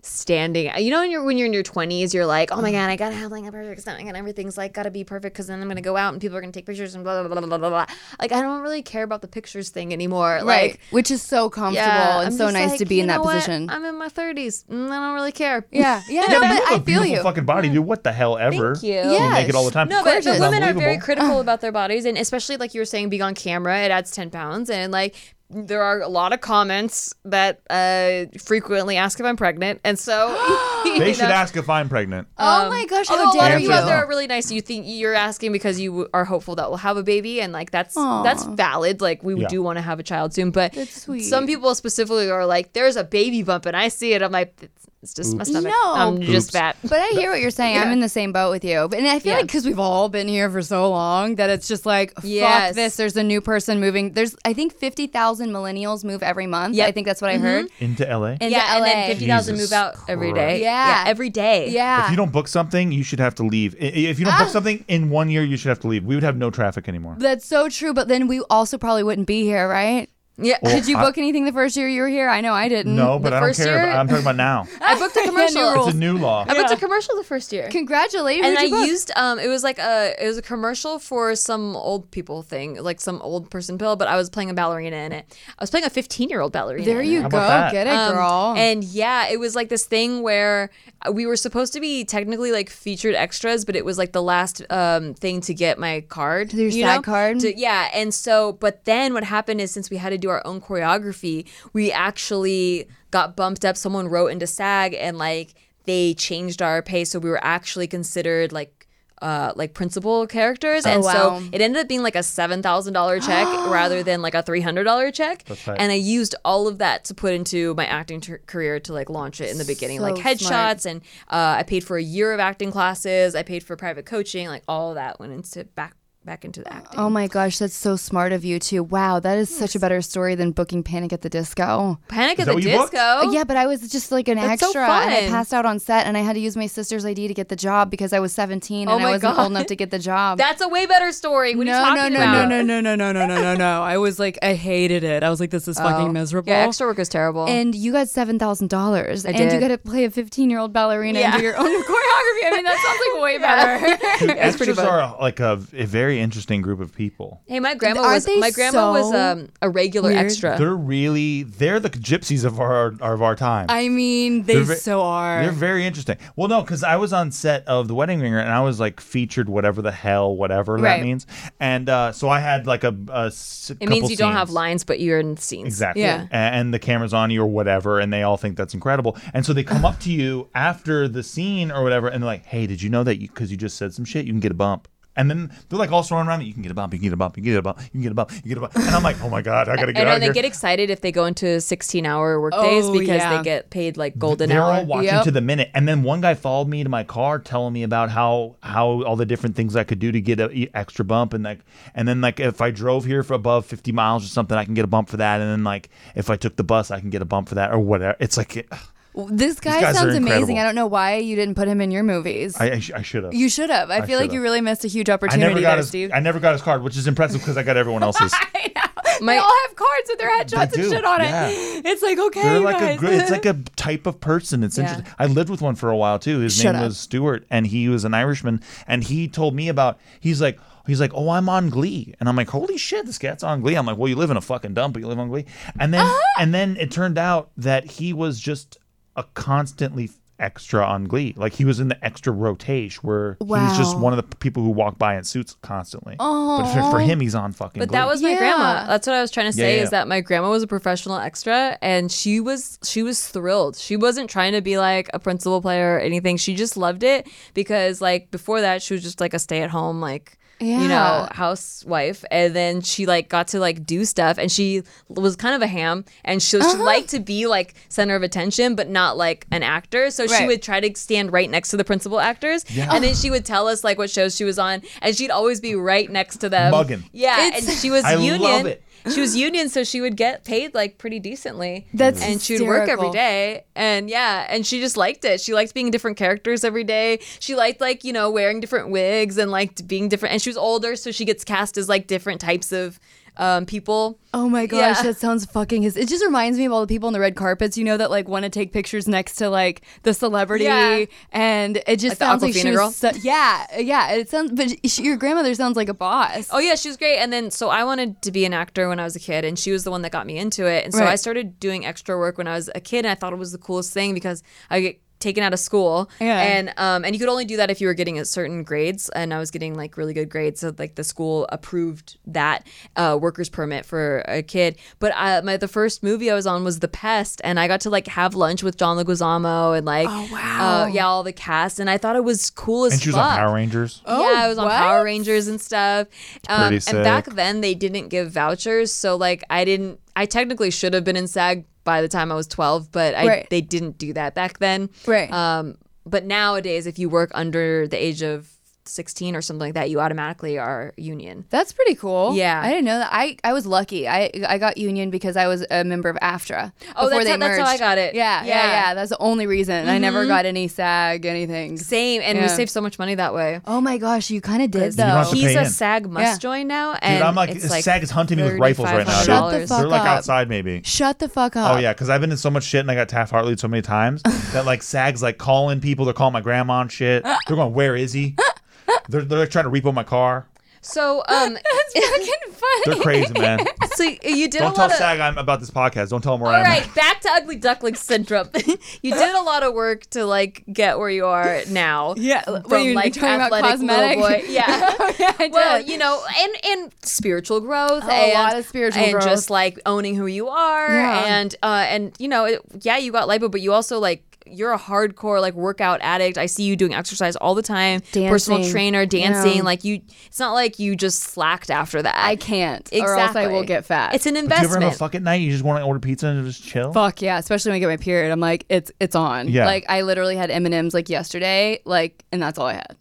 standing. You know, when you're when you're in your 20s, you're like, oh my god, I gotta have like a perfect stomach and everything's like gotta be perfect because then I'm gonna go out and people are gonna take pictures and blah blah blah blah blah. blah. Like I don't really care about the pictures thing anymore. right Like which is so comfortable yeah, and I'm so just nice like, to be in "You that know what? position I'm in my 30s. Mm, I don't really care. yeah yeah, no, but but you have i a feel beautiful you fucking body, dude. What the hell ever? Thank you. You make it all Yes. the time. No, but, but Gorgeous. women are very Unbelievable. critical about their bodies, and especially like you were saying, being on camera, it adds ten pounds, and like there are a lot of comments that uh, frequently ask if I'm pregnant, and so you They should know. ask if I'm pregnant. Um, oh my gosh Although how a lot dare of They you you have out to there know. are really nice. You think you're asking because you are hopeful that we'll have a baby, and like that's Aw. that's valid. Like we Yeah. do want to have a child soon, but That's sweet. some people specifically are like, "There's a baby bump," and I see it. I'm like, "It's, it's just my stomach. No. I'm just Oops. fat." but i hear what you're saying i'm in the same boat with you But- and i feel Yeah. like because we've all been here for so long that it's just like Yes. fuck this there's a new person moving there's i think 50000 millennials move every month Yep. Mm-hmm. i think that's what i heard Into LA. Into yeah, and LA. then fifty thousand Jesus move out every day. Christ. Yeah. every day. yeah If you don't book something, you should have to leave. I- If you don't Ah. book something in one year, you should have to leave. We would have no traffic anymore. that's so true but then we also probably wouldn't be here right Yeah. Did you book anything the first year you were here? I know I didn't. No, but The I don't first care. year- Oh. about- I'm talking about now. I booked a commercial. It's a new law. I booked a commercial the first year. Congratulations. and I used um it was like a it was a commercial for some old people thing, like some old person pill, but I was playing a ballerina in it. I was playing a 15-year-old ballerina. There in you it. go. about that? Get it, Um, girl. And yeah, it was like this thing where we were supposed to be technically like featured extras, but it was like the last um, thing to get my card. Your you SAG know? card? To- yeah. And so, but then what happened is since we had to do our own choreography, we actually got bumped up. Someone wrote into SAG and like they changed our pay. So we were actually considered like. Uh, like principal characters, and Oh, wow. so it ended up being like a seven thousand dollar check rather than like a three hundred dollar check. right. And I used all of that to put into my acting ter- career to like launch it in the beginning, So like headshots, and uh, I paid for a year of acting classes. I paid for private coaching, like all of that went into back back into the acting. oh my gosh, that's so smart of you too. Wow, that is such a better story than booking Panic at the Disco. Uh, Panic at that the what you booked? Disco. Uh, Yeah, but I was just like an Oh. That's so extra, and I fun. passed out on set, and I had to use my sister's ID to get the job because I was 17 Oh and I my wasn't God. old enough to get the job. that's a way better story. What are you talking no, about? no, no, no, no, no, no, no, no, no. I was like, I hated it. I was like, this is fucking miserable. Oh. Yeah, extra work is terrible. and you got seven thousand dollars, and you did. got to play a fifteen-year-old ballerina Yeah. and do your own choreography. I mean, that sounds like way better. Dude, extras are like a, a very interesting group of people. hey, my grandma Aren't was they my grandma was so um, a regular extra. They're really they're the gypsies of our of our time. I mean, they They're ve- so They're are. very interesting. Well, no, because I was on set of The Wedding Ringer and I was like featured, whatever the hell, whatever Right. that means. And uh, so I had like a. a s- it means couple you don't have scenes. lines, but you're in scenes. Exactly. Yeah. A- And, the camera's on you or whatever, and they all think that's incredible. And so they come up to you after the scene or whatever, and they're like, hey, did you know that because you, just said some shit, you can get a bump? And then they're like all surrounded around it. You can get a bump. You can get a bump. You can get a bump. You can get a bump. You can get a bump. And I'm like, oh my god, I gotta get And out know of they here. get excited if they go into 16 hour work days Oh, because yeah. they get paid like golden They're hour. all watching Yep. to the minute, and then one guy followed me to my car, telling me about how how all the different things I could do to get a e- extra bump, and like, and then like if I drove here for above fifty miles or something, I can get a bump for that, and then like if I took the bus, I can get a bump for that or whatever. It's like it- this guy guys are sounds amazing. incredible. I don't know why you didn't put him in your movies. I I, sh- I should have. you should have. I, feel like should've. you really missed a huge I opportunity never got there, his. Steve. I never got his card, which is impressive because I got everyone else's. I know. My- they all have cards with their headshots do, and shit on yeah. it. It's like okay, They're you like guys. a gr- it's like a type of person. It's Yeah. interesting. I lived with one for a while too. His Shut name up. was Stuart, and he was an Irishman. And he told me about. He's like, he's like, oh, I'm on Glee, and I'm like, holy shit, this cat's on Glee. I'm like, well, you live in a fucking dump, but you live on Glee. And then Uh-huh. and then it turned out that he was just a constantly extra on Glee. Like he was in the extra rotation where he was just Wow. one of the people who walk by in suits constantly. Oh, but for, for him, he's on fucking. But Glee. that was my Yeah. grandma. That's what I was trying to Yeah, say yeah, is yeah. that my grandma was a professional extra and she was she was thrilled. She wasn't trying to be like a principal player or anything. She just loved it because like before that she was just like a stay-at-home like you know Yeah. housewife and then she like got to like do stuff and she was kind of a ham and she, she liked to be like center of attention but not like an actor so she Right. would try to stand right next to the principal actors and then she would tell us like what shows she was on and she'd always be right next to them Mugging. yeah, It's- and she was I love union. it. She was union, so she would get paid like pretty decently. That's and she would work every hysterical. day, and yeah, and she just liked it. She liked being different characters every day. She liked like you know wearing different wigs and like being different. And she was older, so she gets cast as like different types of um, people. Oh my gosh, Yeah. that sounds fucking. His- it just reminds me of all the people on the red carpets, you know, that like want to take pictures next to like the celebrity, Yeah. and it Like just the sounds like Aquafina she girl? was. So- yeah, yeah. It sounds, but she, your grandmother sounds like a boss. Oh yeah, she was great. And then so I wanted to be an actor when I was a kid, and she was the one that got me into it. And so Right. I started doing extra work when I was a kid, and I thought it was the coolest thing because I get taken out of school, Yeah. and um, and you could only do that if you were getting a certain grades, and I was getting like really good grades, so like the school approved that uh, workers permit for a kid. But I, my the first movie I was on was The Pest, and I got to like have lunch with John Leguizamo and like oh wow uh, yeah all the cast, and I thought it was cool as and she was fuck. on Power Rangers. yeah, I was on Oh, what? Power Rangers and stuff. Um, pretty and back sick. then they didn't give vouchers, so like I didn't. I technically should have been in SAG by the time I was twelve, but I, Right. they didn't do that back then. Right. Um, but nowadays, if you work under the age of 16 or something like that, you automatically are union. That's pretty cool. Yeah. I didn't know that. I, I was lucky. I I got union because I was a member of AFTRA. Oh, before that's how- that's how I got it. Yeah, yeah, Yeah. Mm-hmm. yeah. That's the only reason. I never got any SAG, anything. Same, and we Yeah. saved so much money that way. Oh my gosh, you kind of did don't though. have to He's pay a in. SAG must Yeah. join now, and Dude, I'm like, it's like SAG is hunting me with rifles right now. $3,500. dude. Shut the fuck They're like up. outside, maybe. Shut the fuck up. Oh yeah, because I've been in so much shit and I got Taft Hartley so many times that like Sags like calling people. They're calling my grandma and shit. They're going, "Where is he?" They're they're like, trying to repo my car. so. Um, They're crazy, man. so you did Don't a lot tell of. Sag I'm about this podcast. Don't tell him where All I'm. at. right, back to ugly duckling syndrome. you did a lot of work to like get where you are now. Yeah, from, what are you like talking about athletic cosmetic? little boy. Yeah. Oh, yeah, I well, did. you know, and and spiritual growth, A and, lot of spiritual and growth. just like owning who you are, Yeah. and uh, and you know, it, yeah, you got lipo, but you also like. You're a hardcore like workout addict. I see you doing exercise all the time. Personal Dancing. trainer, dancing. Yeah. Like you, it's not like you just slacked after that. I can't, Exactly. or else I will get fat. It's an Do you ever investment. have a fuck at night? You just want to order pizza and just chill. Fuck yeah, especially when I get my period. I'm like, it's it's on. Yeah. Like I literally had M and M's like yesterday, like, and that's all I had.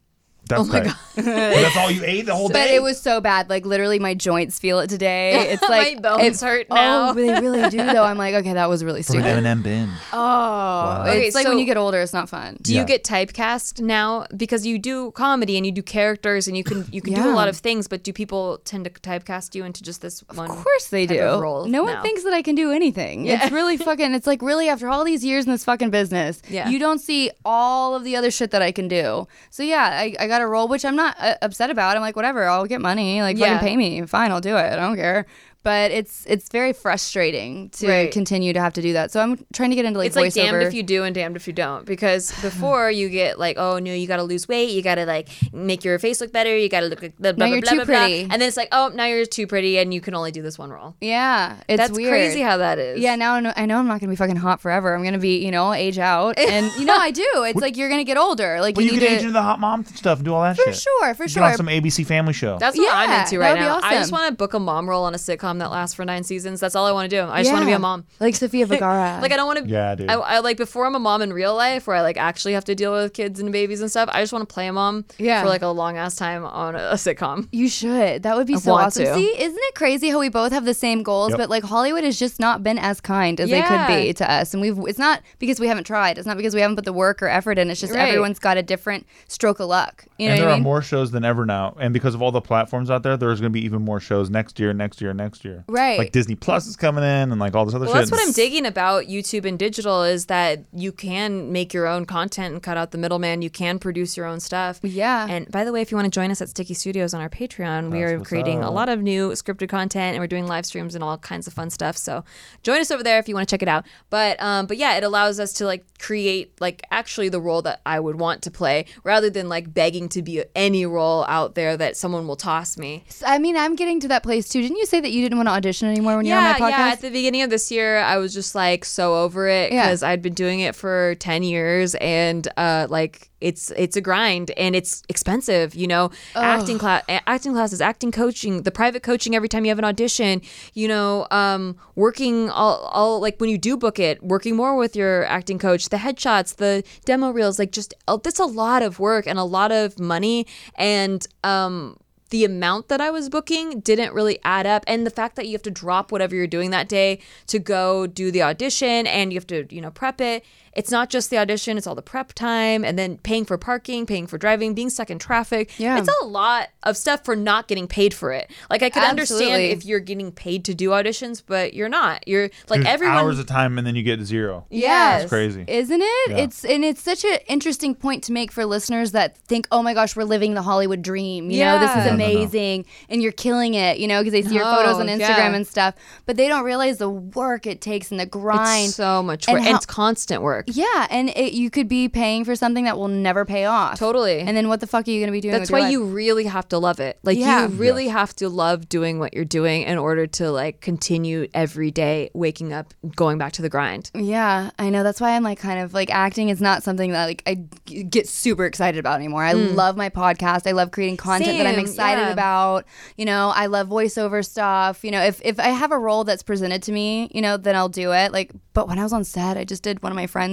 That's oh my god. that's all you ate the whole But day. it was so bad. Like literally, my joints feel it today. It's like bones it's, hurt now. Oh, they really do though. I'm like, okay, that was really from stupid. an M&M bin. Oh, Okay, it's like when so- you get older, it's not fun. do Yeah. you get typecast now because you do comedy and you do characters and you can you can do a Yeah. lot of things but do people tend to typecast you into just this one Of course they type do. of role no one now? thinks that I can do anything. It's really fucking. It's like really after all these years in this fucking business, Yeah. you don't see all of the other shit that I can do. So yeah, I, I got a role, which I'm not uh, upset about. I'm like whatever, I'll get money. Like Yeah. fucking pay me, fine, I'll do it. I don't care. But it's it's very frustrating to Right. continue to have to do that. So I'm trying to get into like it's like voiceover. damned if you do and damned if you don't because before you get like oh no you gotta lose weight you gotta like make your face look better you gotta look like blah blah Now you're blah too blah, blah. pretty. and then it's like oh now you're too pretty and you can only do this one role yeah, it's that's weird. crazy how that is Yeah, now I know, I know I'm not gonna be fucking hot forever. I'm gonna be, you know, age out, and you know I do. It's like you're gonna get older. Like But you need could age to, into the hot mom stuff and do all that for shit. sure, for Get sure. on some ABC Family show. That's what I'm Yeah, into that right would be now. I just awesome. want to book a mom role on a sitcom that lasts for nine seasons. That's all I want to do. I just want to be Yeah. a mom. like Sofia Vergara. Like I don't want to. Yeah, dude. I, I like before I'm a mom in real life, where I like actually have to deal with kids and babies and stuff. I just want to play a mom. Yeah. For like a long ass time on a, a sitcom. you should. That would be I so want awesome. to. See, isn't it crazy how we both have the same goals, Yep. but like Hollywood has just not been as kind as they Yeah. could be to us, and we've. It's not because we haven't tried. It's not because we haven't put the work or effort in. It's just Right. everyone's got a different stroke of luck. You know and there what I are mean? more shows than ever now. And because of all the platforms out there, there's going to be even more shows next year, next year, next year. Right. Like Disney Plus is coming in and like all this other Well, shit. that's what I'm digging about YouTube and digital is that you can make your own content and cut out the middleman. You can produce your own stuff. Yeah. And by the way, if you want to join us at Sticky Studios on our Patreon, we are creating a lot of new scripted content and we're doing live streams and all kinds of fun stuff. So join us over there if you want to check it out. But um, but yeah, it allows us to like create like actually the role that I would want to play rather than like begging to be any role out there that someone will toss me. I mean, I'm getting to that place too. Didn't you say that you didn't want to audition anymore when you were on my podcast? Yeah, at the beginning of this year, I was just like so over it Yeah. because I'd been doing it for ten years, and uh, like it's it's a grind and it's expensive. You know, acting class, acting classes, acting coaching, the private coaching every time you have an audition. You know, um, working all all like when you do book it, working more with your acting coach, the headshots, the demo reels, like just uh, that's a lot of work and a lot of money, and um, the amount that I was booking didn't really add up. And the fact that you have to drop whatever you're doing that day to go do the audition and you have to, you know, prep it. It's not just the audition, it's all the prep time and then paying for parking, paying for driving, being stuck in traffic. Yeah. It's a lot of stuff for not getting paid for it. Like I could understand Absolutely. if you're getting paid to do auditions, but you're not. You're like There's everyone hours of time and then you get zero. Yes. That's crazy. Isn't it? Yeah. It's and it's such an interesting point to make for listeners that think, "Oh my gosh, we're living the Hollywood dream. You know, this Yeah. is no, No, no. amazing and you're killing it, you know, because they see your photos on No, Instagram yeah. and stuff, but they don't realize the work it takes and the grind. it's so much and work. and how- it's constant work. yeah, and it, you could be paying for something that will never pay off. Totally. And then what the fuck are you going to be doing? That's with your why life? you really have to love it. Like Yeah. you really have to love doing what you're doing in order to like continue every day waking up, going back to the grind. Yeah, I know. That's why I'm like kind of like acting is not something that like I g- get super excited about anymore. I love my podcast. I love creating content that I'm Hmm. Same, excited yeah. about. You know, I love voiceover stuff. You know, if if I have a role that's presented to me, you know, then I'll do it. Like, but when I was on set, I just did one of my friends'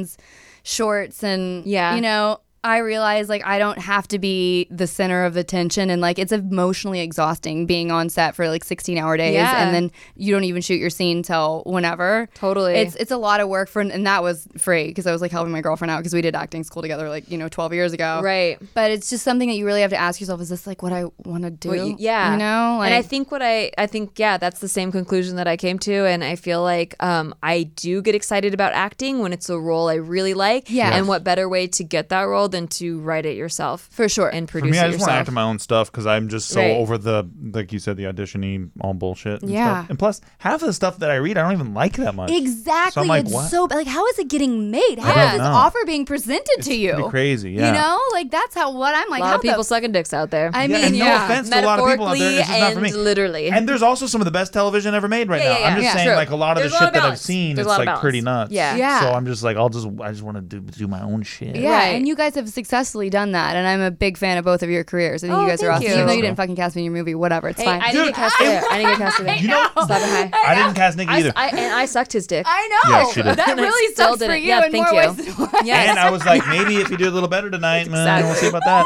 shorts, and Yeah. you know, I realize like I don't have to be the center of attention and like it's emotionally exhausting being on set for like 16 hour days Yeah. and then you don't even shoot your scene till whenever. Totally. It's it's a lot of work for and that was free because I was like helping my girlfriend out because we did acting school together like, you know, 12 years ago. Right. But it's just something that you really have to ask yourself is this like what I want to do? What you- yeah You know, like and i think what i i think yeah that's the same conclusion that i came to and i feel like um i do get excited about acting when it's a role i really like Yeah. and what better way to get that role than to write it yourself for sure. and For produce me, it I just want to yourself act in my own stuff because I'm just so Right. over the, like you said, the auditioning, all bullshit. And Yeah. Stuff. And plus, half of the stuff that I read, I don't even like that much. Exactly. So I'm like, it's what? so like how is it getting made? How is don't this know. offer being presented to you? pretty crazy, yeah. You know, like that's how what I'm like. a lot how of people the, sucking dicks out there I Yeah, mean, and no yeah. offense to a lot of people out there, metaphorically it's just not for and me. literally And there's also some of the best television ever made right Yeah, now. yeah, I'm yeah. just saying, True. like a lot of There's the a lot shit of that I've balance. seen, There's a it's lot of like pretty balance. nuts. Yeah. Yeah. So I'm just like, I'll just, I just want to do do my own shit. Yeah, Right. and you guys have successfully done that, and I'm a big fan of both of your careers. I think Oh, you guys are thank awesome. you. Even though you didn't fucking cast me in your movie, whatever, it's Hey, fine. I didn't get cast today. I didn't get cast today. You know, Slap it high. I didn't cast Nick I, either. I, and I sucked his dick. I know Yeah, she did. that And I really still sucks did for it. you Yeah, in thank more you. ways than one. Yes, and I was like, maybe if you do a little better tonight, man, we'll see about that.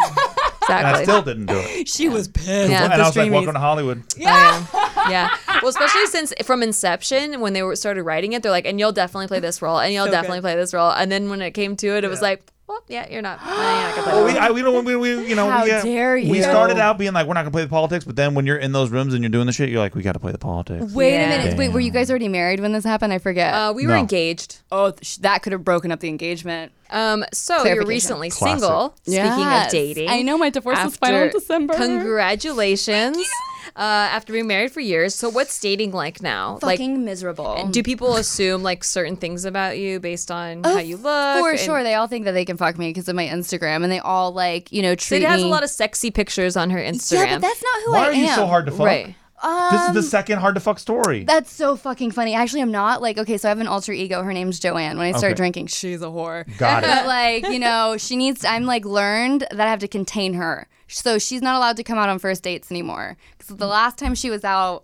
And I exactly. still didn't do it. She was pissed. Yeah. and at the I was like, streamies. welcome to Hollywood. yeah. yeah. Well, especially since from Inception, when they were started writing it, they're like, and you'll definitely play this role, and you'll definitely play this role. And then when it came to it, it was like, well, yeah, you're not. no, you're not gonna play that Well, we, role. I, we don't, we, we, you know, How we, uh, dare we you. started out being like, we're not gonna play the politics, but then when you're in those rooms and you're doing the shit, you're like, we got to play the politics. Wait Yeah. a minute. Wait, were you guys already married when this happened? I forget. Uh, we were No. engaged. oh, sh- that could have broken up the engagement. Um, so you're Clarification. recently single. Speaking of Yes. dating, I know my divorce was final in After- December. Congratulations. Uh, after being married for years, so what's dating like now? fucking like, miserable. do people assume like certain things about you based on how you look? For and- sure, they all think that they can fuck me because of my Instagram, and they all like you know treat Sid has a me- lot of sexy pictures on her Instagram. yeah, but that's not who Why I are am. Um, you so hard to fuck? right. This is the second hard to fuck story. That's so fucking funny. Actually, I'm not like okay. So I have an alter ego. Her name's Joanne. When I started Okay. drinking, she's a whore. Got it. But like you know, she needs. I'm like learned that I have to contain her. So she's not allowed to come out on first dates anymore. Because the last time she was out,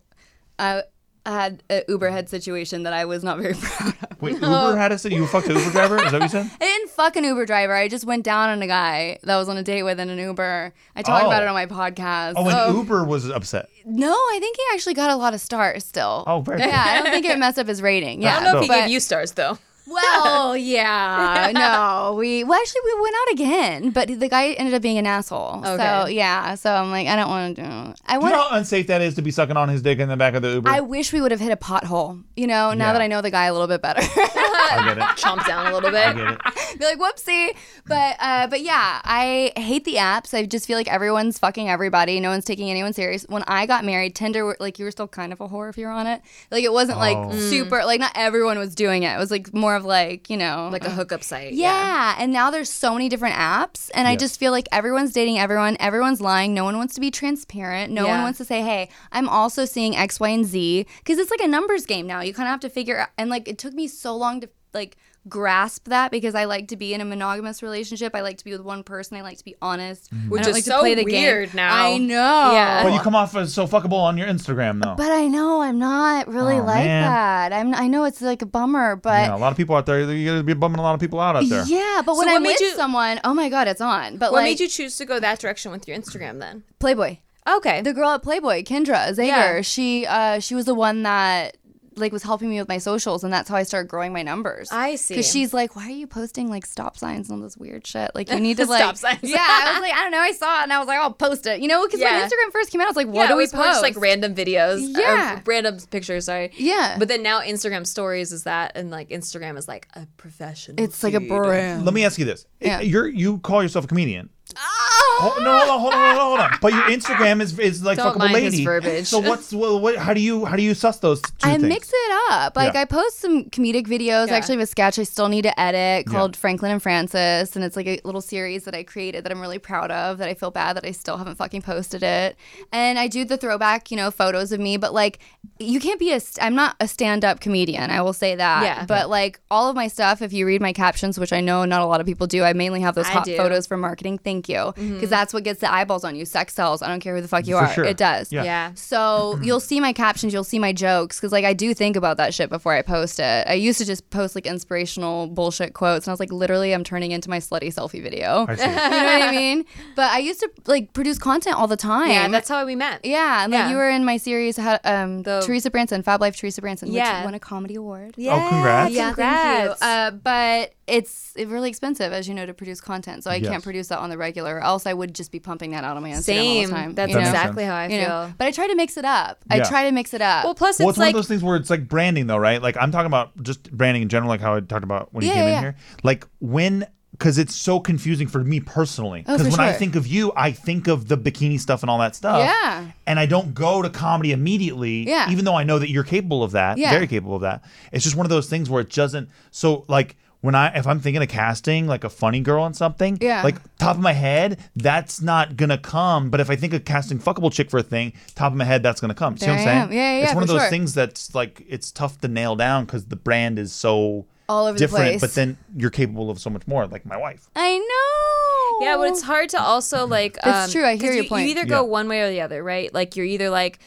I, I had an Uber head situation that I was not very proud of. Wait, Uber had us. You fucked an Uber driver? Is that what you said? I didn't fuck an Uber driver. I just went down on a guy that I was on a date with in an Uber. I talked Oh. about it on my podcast. Oh, and Uber was upset. No, I think he actually got a lot of stars still. Oh, very Yeah, I don't think it messed up his rating. Yeah. I don't know if he Oh. but- gave you stars though. Well, yeah. No, we well actually we went out again, but the guy ended up being an asshole. So Okay. yeah, so I'm like I don't want to do. I You want. know how unsafe that is to be sucking on his dick in the back of the Uber. I wish we would have hit a pothole. You know, now Yeah. that I know the guy a little bit better. I get it. Chomp down a little I bit. get it. be like whoopsie but uh but yeah i hate the apps i just feel like everyone's fucking everybody no one's taking anyone serious when i got married tinder were- like you were still kind of a whore if you were on it like it wasn't like Mm. super like not everyone was doing it it was like more of like you know Like a hookup site. yeah. and now there's so many different apps and i just feel like everyone's dating everyone everyone's lying no one wants to be transparent no one Yeah. wants to say hey i'm also seeing x y and z because it's like a numbers game now you kind of have to figure out and like it took me so long to like grasp that because i like to be in a monogamous relationship i like to be with one person i like to be honest Mm-hmm. Which I don't is like to so play the game. weird now. i know Yeah. But you come off as so fuckable on your Instagram though. but i know i'm not really Aw, like man. that i'm i know it's like a bummer but yeah, a lot of people out there. You're gonna be bumming a lot of people out out there. Yeah, but when what I'm made with you- someone, oh my god, it's on. But What like made you choose to go that direction with your Instagram then? Playboy. Okay. The girl at Playboy, Kendra Zager, Yeah. she uh, she was the one that like was helping me with my socials, and that's how I started growing my numbers. I see. Because she's like, why are you posting like stop signs and all this weird shit? Like you need to Stop like signs. Yeah, I was like, I don't know, I saw it, and I was like, I'll post it. You know, because Yeah. when Instagram first came out, I was like, what yeah, do we it was more post? Just like random videos. or Yeah. random pictures, sorry. Yeah. But then now Instagram stories is that and like Instagram is like a professional. it's like a brand. Let me ask you this. Yeah. You're you call yourself a comedian. Oh, no, hold on, hold on, hold on, hold on. But your Instagram is is like Don't fuckable mind his lady. verbiage. So what's well, what? How do you how do you suss those two I things? mix it up. Like Yeah. I post some comedic videos. I Yeah. actually have a sketch I still need to edit called Franklin and Francis, and it's like a little series that I created that I'm really proud of. That I feel bad that I still haven't fucking posted it. And I do the throwback, you know, photos of me. But like, you can't be a. St- I'm not a stand-up comedian. I will say that. Yeah. But like all of my stuff, if you read my captions, which I know not a lot of people do, I mainly have those I hot do. Mm-hmm. photos for marketing. Thank you, because because that's what gets the eyeballs on you. Sex sells. I don't care who the fuck you For are. sure. It does. Yeah. Yeah. So you'll see my captions, you'll see my jokes, because like I do think about that shit before I post it. I used to just post like inspirational bullshit quotes, and I was like, literally, I'm turning into my slutty selfie video. I you see. know what I mean? But I used to like produce content all the time. Yeah, that's how we met. yeah, and like, Yeah. you were in my series, how, um, The- Teresa Branson, Fab Life Teresa Branson, Yeah. which won a comedy award. Yeah. congrats. Yeah, congrats. thank you. Uh, but it's really expensive, as you know, to produce content. So I Yes. can't produce that on the regular, or else I would just be pumping that out on my Instagram all Same. the time. That's you know? That makes exactly how I You feel. know, but I try to mix it up. I Yeah. try to mix it up. Well, plus it's, Well, it's like one of those things where it's like branding, though, right? Like I'm talking about just branding in general, like how I talked about when you Yeah, came yeah, in yeah. here. Like when, because it's so confusing for me personally. Oh, Because for when I sure. think of you, I think of the bikini stuff and all that stuff. Yeah. And I don't go to comedy immediately. Yeah. Even though I know that you're capable of that, Yeah. very capable of that. It's just one of those things where it doesn't. So like. When I if I'm thinking of casting like a funny girl on something, Yeah. like top of my head, that's not gonna come. But if I think of casting fuckable chick for a thing, top of my head, that's gonna come. See There what I'm I saying? am. Yeah, yeah, It's yeah, one of for those sure. things that's like it's tough to nail down because the brand is so All over the different. place. But then you're capable of so much more, like my wife. I know. Yeah, but it's hard to also like. That's um, true, I hear 'cause your you, point. You either go Yeah. one way or the other, right? Like you're either like,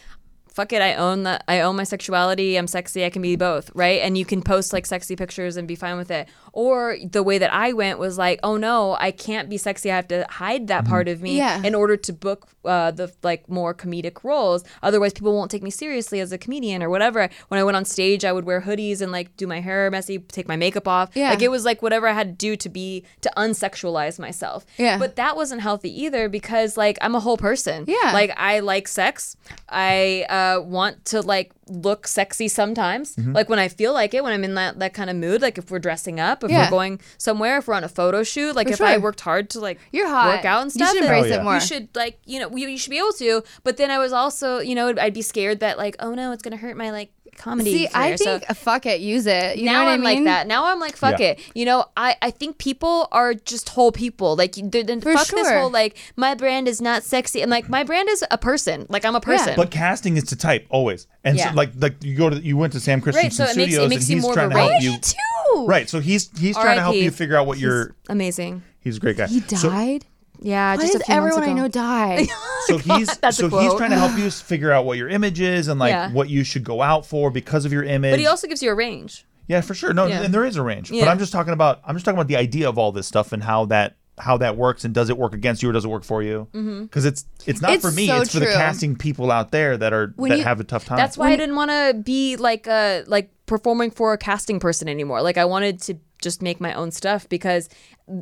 "Fuck it, I own the, I own my sexuality. I'm sexy. I can be both, right?" And you can post like sexy pictures and be fine with it. Or the way that I went was like, "Oh no, I can't be sexy. I have to hide that part of me Yeah. in order to book uh, the like more comedic roles. Otherwise, people won't take me seriously as a comedian or whatever." When I went on stage, I would wear hoodies and like do my hair messy, take my makeup off. Yeah. like it was like whatever I had to do to be to unsexualize myself. Yeah. But that wasn't healthy either because like I'm a whole person. Yeah. Like I like sex. I uh, want to like look sexy sometimes. Like when I feel like it, when I'm in that, that kind of mood, like if we're dressing up, if Yeah. we're going somewhere, if we're on a photo shoot, like For if I sure. worked hard to like You're hot. work out and You stuff. should then embrace it more. You should like, you know, you, you should be able to. But then I was also, you know, I'd be scared that like, oh no, it's gonna hurt my like comedy. See, I career. So- think uh, fuck it, use it. You now know what I I'm mean? like that. Now I'm like, fuck Yeah. it. You know, I, I think people are just whole people. Like, you- they're- then For fuck this sure. whole like my brand is not sexy. And like my brand is a person. Like I'm a person. But casting is to type always, and so, Yeah. like like you go to you went to Sam Christensen so it makes- it Studios makes you and he's more trying of a to help writer. you. Too. Right, so he's he's trying to help R.I.P.. you figure out what you're. Amazing. He's a great guy. He So- died. Yeah. Why just a does few months everyone I ago. know die? so he's that's a so he's quote. trying to help you figure out what your image is and like Yeah. what you should go out for because of your image. But he also gives you a range. Yeah, for sure. No, Yeah. and there is a range. But Yeah. I'm just talking about I'm just talking about the idea of all this stuff and how that how that works and does it work against you or does it work for you? Because it's it's not Mm-hmm. It's for me. so it's for the true. casting people out there that are When that you- have a tough time. That's why I didn't want to be like a like performing for a casting person anymore. Like I wanted to just make my own stuff because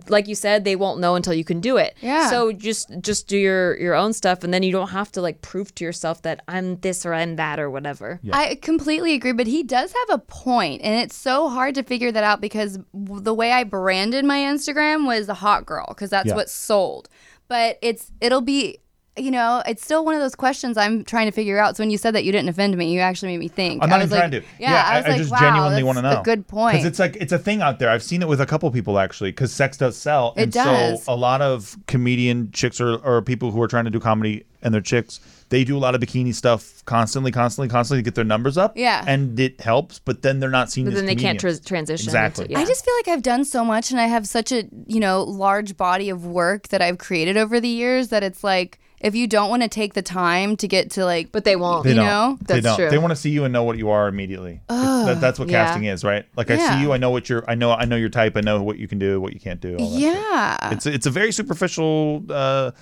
like you said they won't know until you can do it. Yeah. So just just do your your own stuff and then you don't have to like prove to yourself that I'm this or I'm that or whatever. I completely agree, but he does have a point, and it's so hard to figure that out because w- the way I branded my Instagram was the hot girl because that's Yeah. what sold. But it's it'll be you know it's still one of those questions I'm trying to figure out. So when you said that you didn't offend me, you actually made me think. I'm I not was even like, trying to. Yeah, I was like, just wow, genuinely want to that's know. a good point. Because it's like it's a thing out there. I've seen it with a couple people actually. Because sex does sell. It and does. So a lot of comedian chicks or, or people who are trying to do comedy and they're chicks, they do a lot of bikini stuff constantly, constantly, constantly to get their numbers up. Yeah. And it helps, but then they're not seen. But as then they can't comedians. trans transition. Exactly. into- yeah. I just feel like I've done so much and I have such a, you know, large body of work that I've created over the years that it's like if you don't want to take the time to get to like but they won't. They you don't. know? Oh, they don't. That's true. They want to see you and know what you are immediately. It's- that- that's what yeah. casting is, right? Like I Yeah. see you, I know what you're. I know. I know your type. I know what you can do, what you can't do. All that shit. Yeah. It's it's a very superficial uh,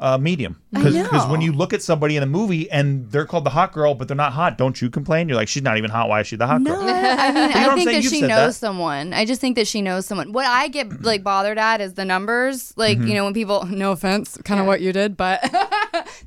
uh, medium because when you look at somebody in a movie and they're called the hot girl, but they're not hot. Don't you complain? You're like, she's not even hot. Why is she the hot No, girl? I mean, what I'm I think saying? that You've she said knows that. Mm-hmm. someone. I just think that she knows someone. What I get like bothered at is the numbers. Like you know, when people, no offense, kind of what you did, but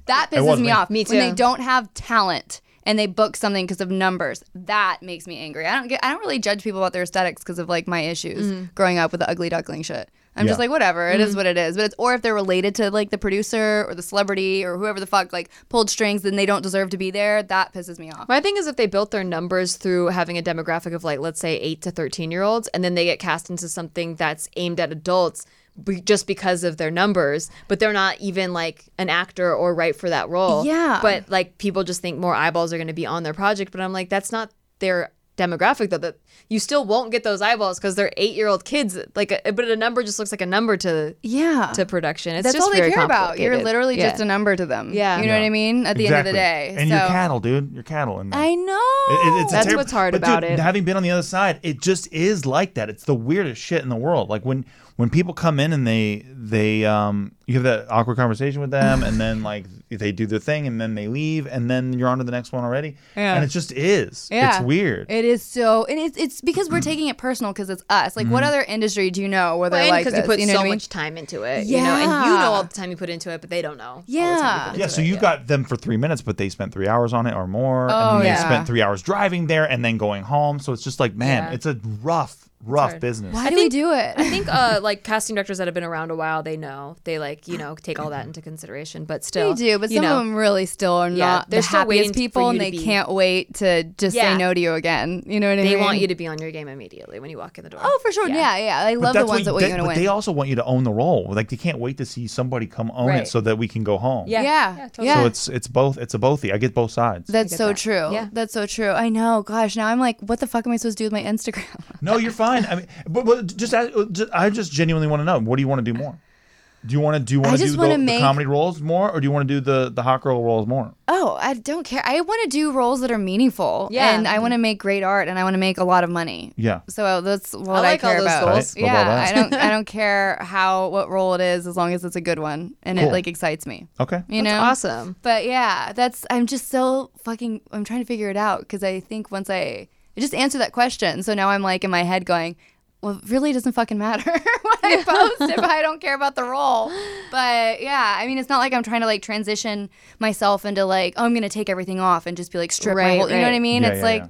that pisses was me, me. off. Me When they too. don't have talent and they book something because of numbers, that makes me angry. I don't get. I don't really judge people about their aesthetics because of like my issues Mm-hmm. growing up with the ugly duckling shit. I'm just Yeah. like whatever. It is what it is. But it's or if they're related to like the producer or the celebrity or whoever the fuck like pulled strings, then they don't deserve to be there. That pisses me off. My thing is if they built their numbers through having a demographic of like let's say 8 to 13 year olds and then they get cast into something that's aimed at adults be- just because of their numbers but they're not even like an actor or right for that role. Yeah. But like people just think more eyeballs are going to be on their project but I'm like that's not their demographic though that you still won't get those eyeballs because they're eight year old kids. Like, a, but a number just looks like a number to Yeah. to production. It's That's just all they very care about. You're complicated. literally Yeah. just a number to them. Yeah. You know what I mean? At the end of the day. And so your cattle, dude. Your cattle. In there. I know. It- it- it's a That's terrib- what's hard but about dude, it. Having been on the other side, it just is like that. It's the weirdest shit in the world. Like when when people come in and they they um you have that awkward conversation with them, and then like they do their thing, and then they leave, and then you're on to the next one already. Yeah. And it just is. Yeah. It's weird. It is so, and it's it's because we're taking it personal because it's us. Like, what Mm-hmm. other industry do you know where they're Well, like because this? you put know so what I mean? much time into it, you know, and you Yeah. know all the time you put into it, but they don't know. all the time you Yeah. put yeah, into so it, you got them for three minutes, but they spent three hours on it or more, Oh, and they yeah. spent three hours driving there and then going home. So it's just like, man, Yeah. it's a rough, rough business. Why I do think- we do it? I think uh, like casting directors that have been around a while, they know they like you know take all that into consideration. But still, they do, but you some know, of them really still are Yeah, not they're the still waiting happiest people, for you and to they be- can't wait to just Yeah. say no to you again. You know what I mean? they want you to be on your game immediately when you walk in the door. Oh, for sure. Yeah, yeah. I love the that's what ones that you- want they, you to but win. they also want you to own the role. Like they can't wait to see somebody come own Right. it so that we can go home. yeah, yeah, totally. yeah. So it's it's both it's a bothy. I get both sides. That's so that. true. Yeah. That's so true. I know. Gosh, now I'm like, what the fuck am I supposed to do with my Instagram? no, you're fine. I mean, but, but just, ask- just I just genuinely want to know. What do you want to do more? Do you want to do you want to just do the, wanna the make- comedy roles more, or do you want to do the the hot girl roles more? oh, I don't care. I want to do roles that are meaningful. Yeah. And I want to make great art, and I want to make a lot of money. Yeah. So uh, that's what I I, like all care those about. goals. Right, blah, blah, Yeah, blah. I don't. I don't care how what role it is, as long as it's a good one and Cool. it like excites me. Okay. You That's know, awesome. But yeah, that's. I'm just so fucking. I'm trying to figure it out because I think once I, I just answer that question, so now I'm like in my head going, well, it really doesn't fucking matter what I post if I don't care about the role. But yeah, I mean, it's not like I'm trying to like transition myself into like, oh, I'm gonna take everything off and just be like strip my Right, whole. You know what I right. mean? Yeah, it's yeah, like. yeah.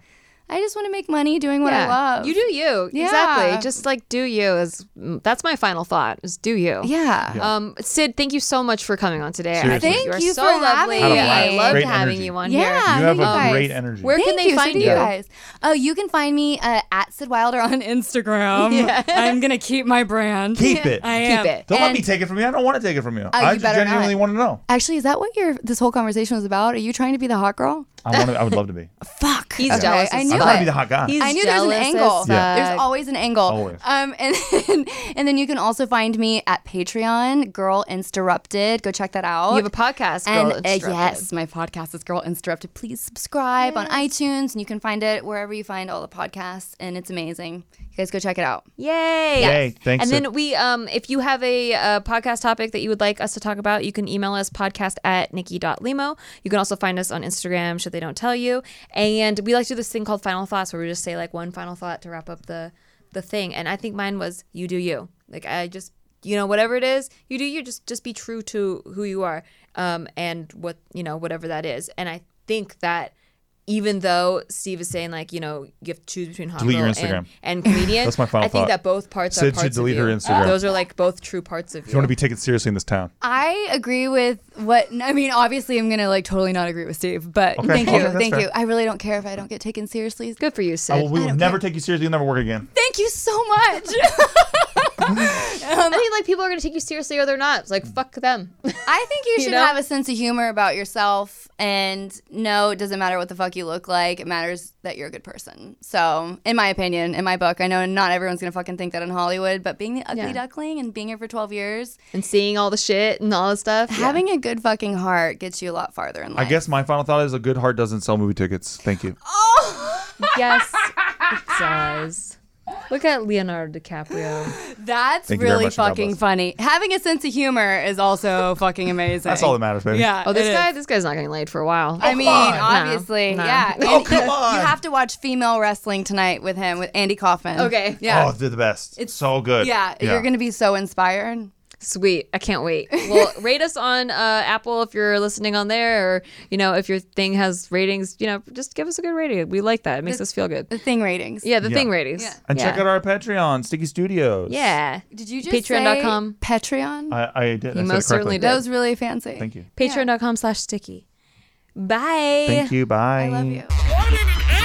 I just want to make money doing what I Yeah. love. You do you Yeah. exactly. Just like do you is mm, that's my final thought is do you. Yeah. Um, Sid, thank you so much for coming on today. I Seriously. think Thank you are you so for lovely. having I me. loved Great having energy. you on Yeah. here. I you have think a you great guys- energy. Where can Thank they you. So find do you? guys? Oh, you can find me uh, at Sid Wilder on Instagram. I'm gonna keep my brand. Keep it. I Keep am. it. Don't let me And- take it from you. I don't want to take it from you. I Oh, you just better not. genuinely want to know. Actually, is that what your this whole conversation was about? Are you trying to be the hot girl? I want. To, I would love to be. Fuck. He's jealous I as knew I fuck. want to be it. the hot guy. He's I knew there's an jealous as angle. Yeah. fuck. There's always an angle. Always. Um, and then, and then you can also find me at Patreon, Girl Interrupted. Go check that out. You have a podcast, and Girl uh, Interrupted. yes, my podcast is Girl Interrupted. Please subscribe on iTunes, and you can find it wherever you find all the podcasts, and it's amazing. You guys go check it out. Yay! Yay, thanks, And then Sid. we, um, if you have a uh, podcast topic that you would like us to talk about, you can email us podcast at nikki.limo. You can also find us on Instagram, should they don't tell you. And we like to do this thing called final thoughts where we just say like one final thought to wrap up the, the thing. And I think mine was you do you. Like I just, you know, whatever it is, you do you. Just, just be true to who you are um, and what, you know, whatever that is. And I think that even though Steve is saying like, you know, you have to choose between hot Delete girl your Instagram. and, and comedian. That's my final I think thought. that both parts Sid are should parts delete of you. her Instagram. Those are like both true parts of you. If you want to be taken seriously in this town, I agree with what I mean. Obviously, I'm gonna like totally not agree with Steve, but Okay. thank Okay, you, that's thank fair. you. I really don't care if I don't get taken seriously. good for you, I Sid. will, we will never take you seriously. You'll never work again. Thank you so much. I mean, like people are gonna take you seriously or they're not. It's like fuck them. I think you should know? have a sense of humor about yourself, and no, it doesn't matter what the fuck you look like. It matters that you're a good person. So, in my opinion, in my book, I know not everyone's gonna fucking think that in Hollywood, but being the ugly Yeah. duckling and being here for 12 years, and seeing all the shit and all the stuff. Yeah. having a good fucking heart gets you a lot farther in I life. guess my final thought is a good heart doesn't sell movie tickets. Thank you. Oh, yes, it does. Look at Leonardo DiCaprio. That's Thank you very really much, and God fucking bless. funny. Having a sense of humor is also fucking amazing. That's all that matters, baby. Yeah. Oh, this it is. guy, this guy's not getting laid for a while. I mean, obviously, Oh, No, no. yeah. Oh, No, And you, you have to watch female wrestling tonight with him, with Andy Kaufman. Okay. Yeah. Oh, they're the best. It's so good. yeah, You're going to be so inspired. Sweet. I can't wait. Well, rate us on uh, Apple if you're listening on there, or you know, if your thing has ratings, you know, just give us a good rating. We like that. It makes us feel good. The thing ratings. Yeah, the thing ratings. Yeah. And check out our Patreon, Sticky Studios. Yeah. Did you just Patreon.com. say Patreon? I, I did. I said it most correctly. certainly did. that was really fancy. Thank you. Patreon.com slash sticky. Bye. Thank you. Bye. I love you.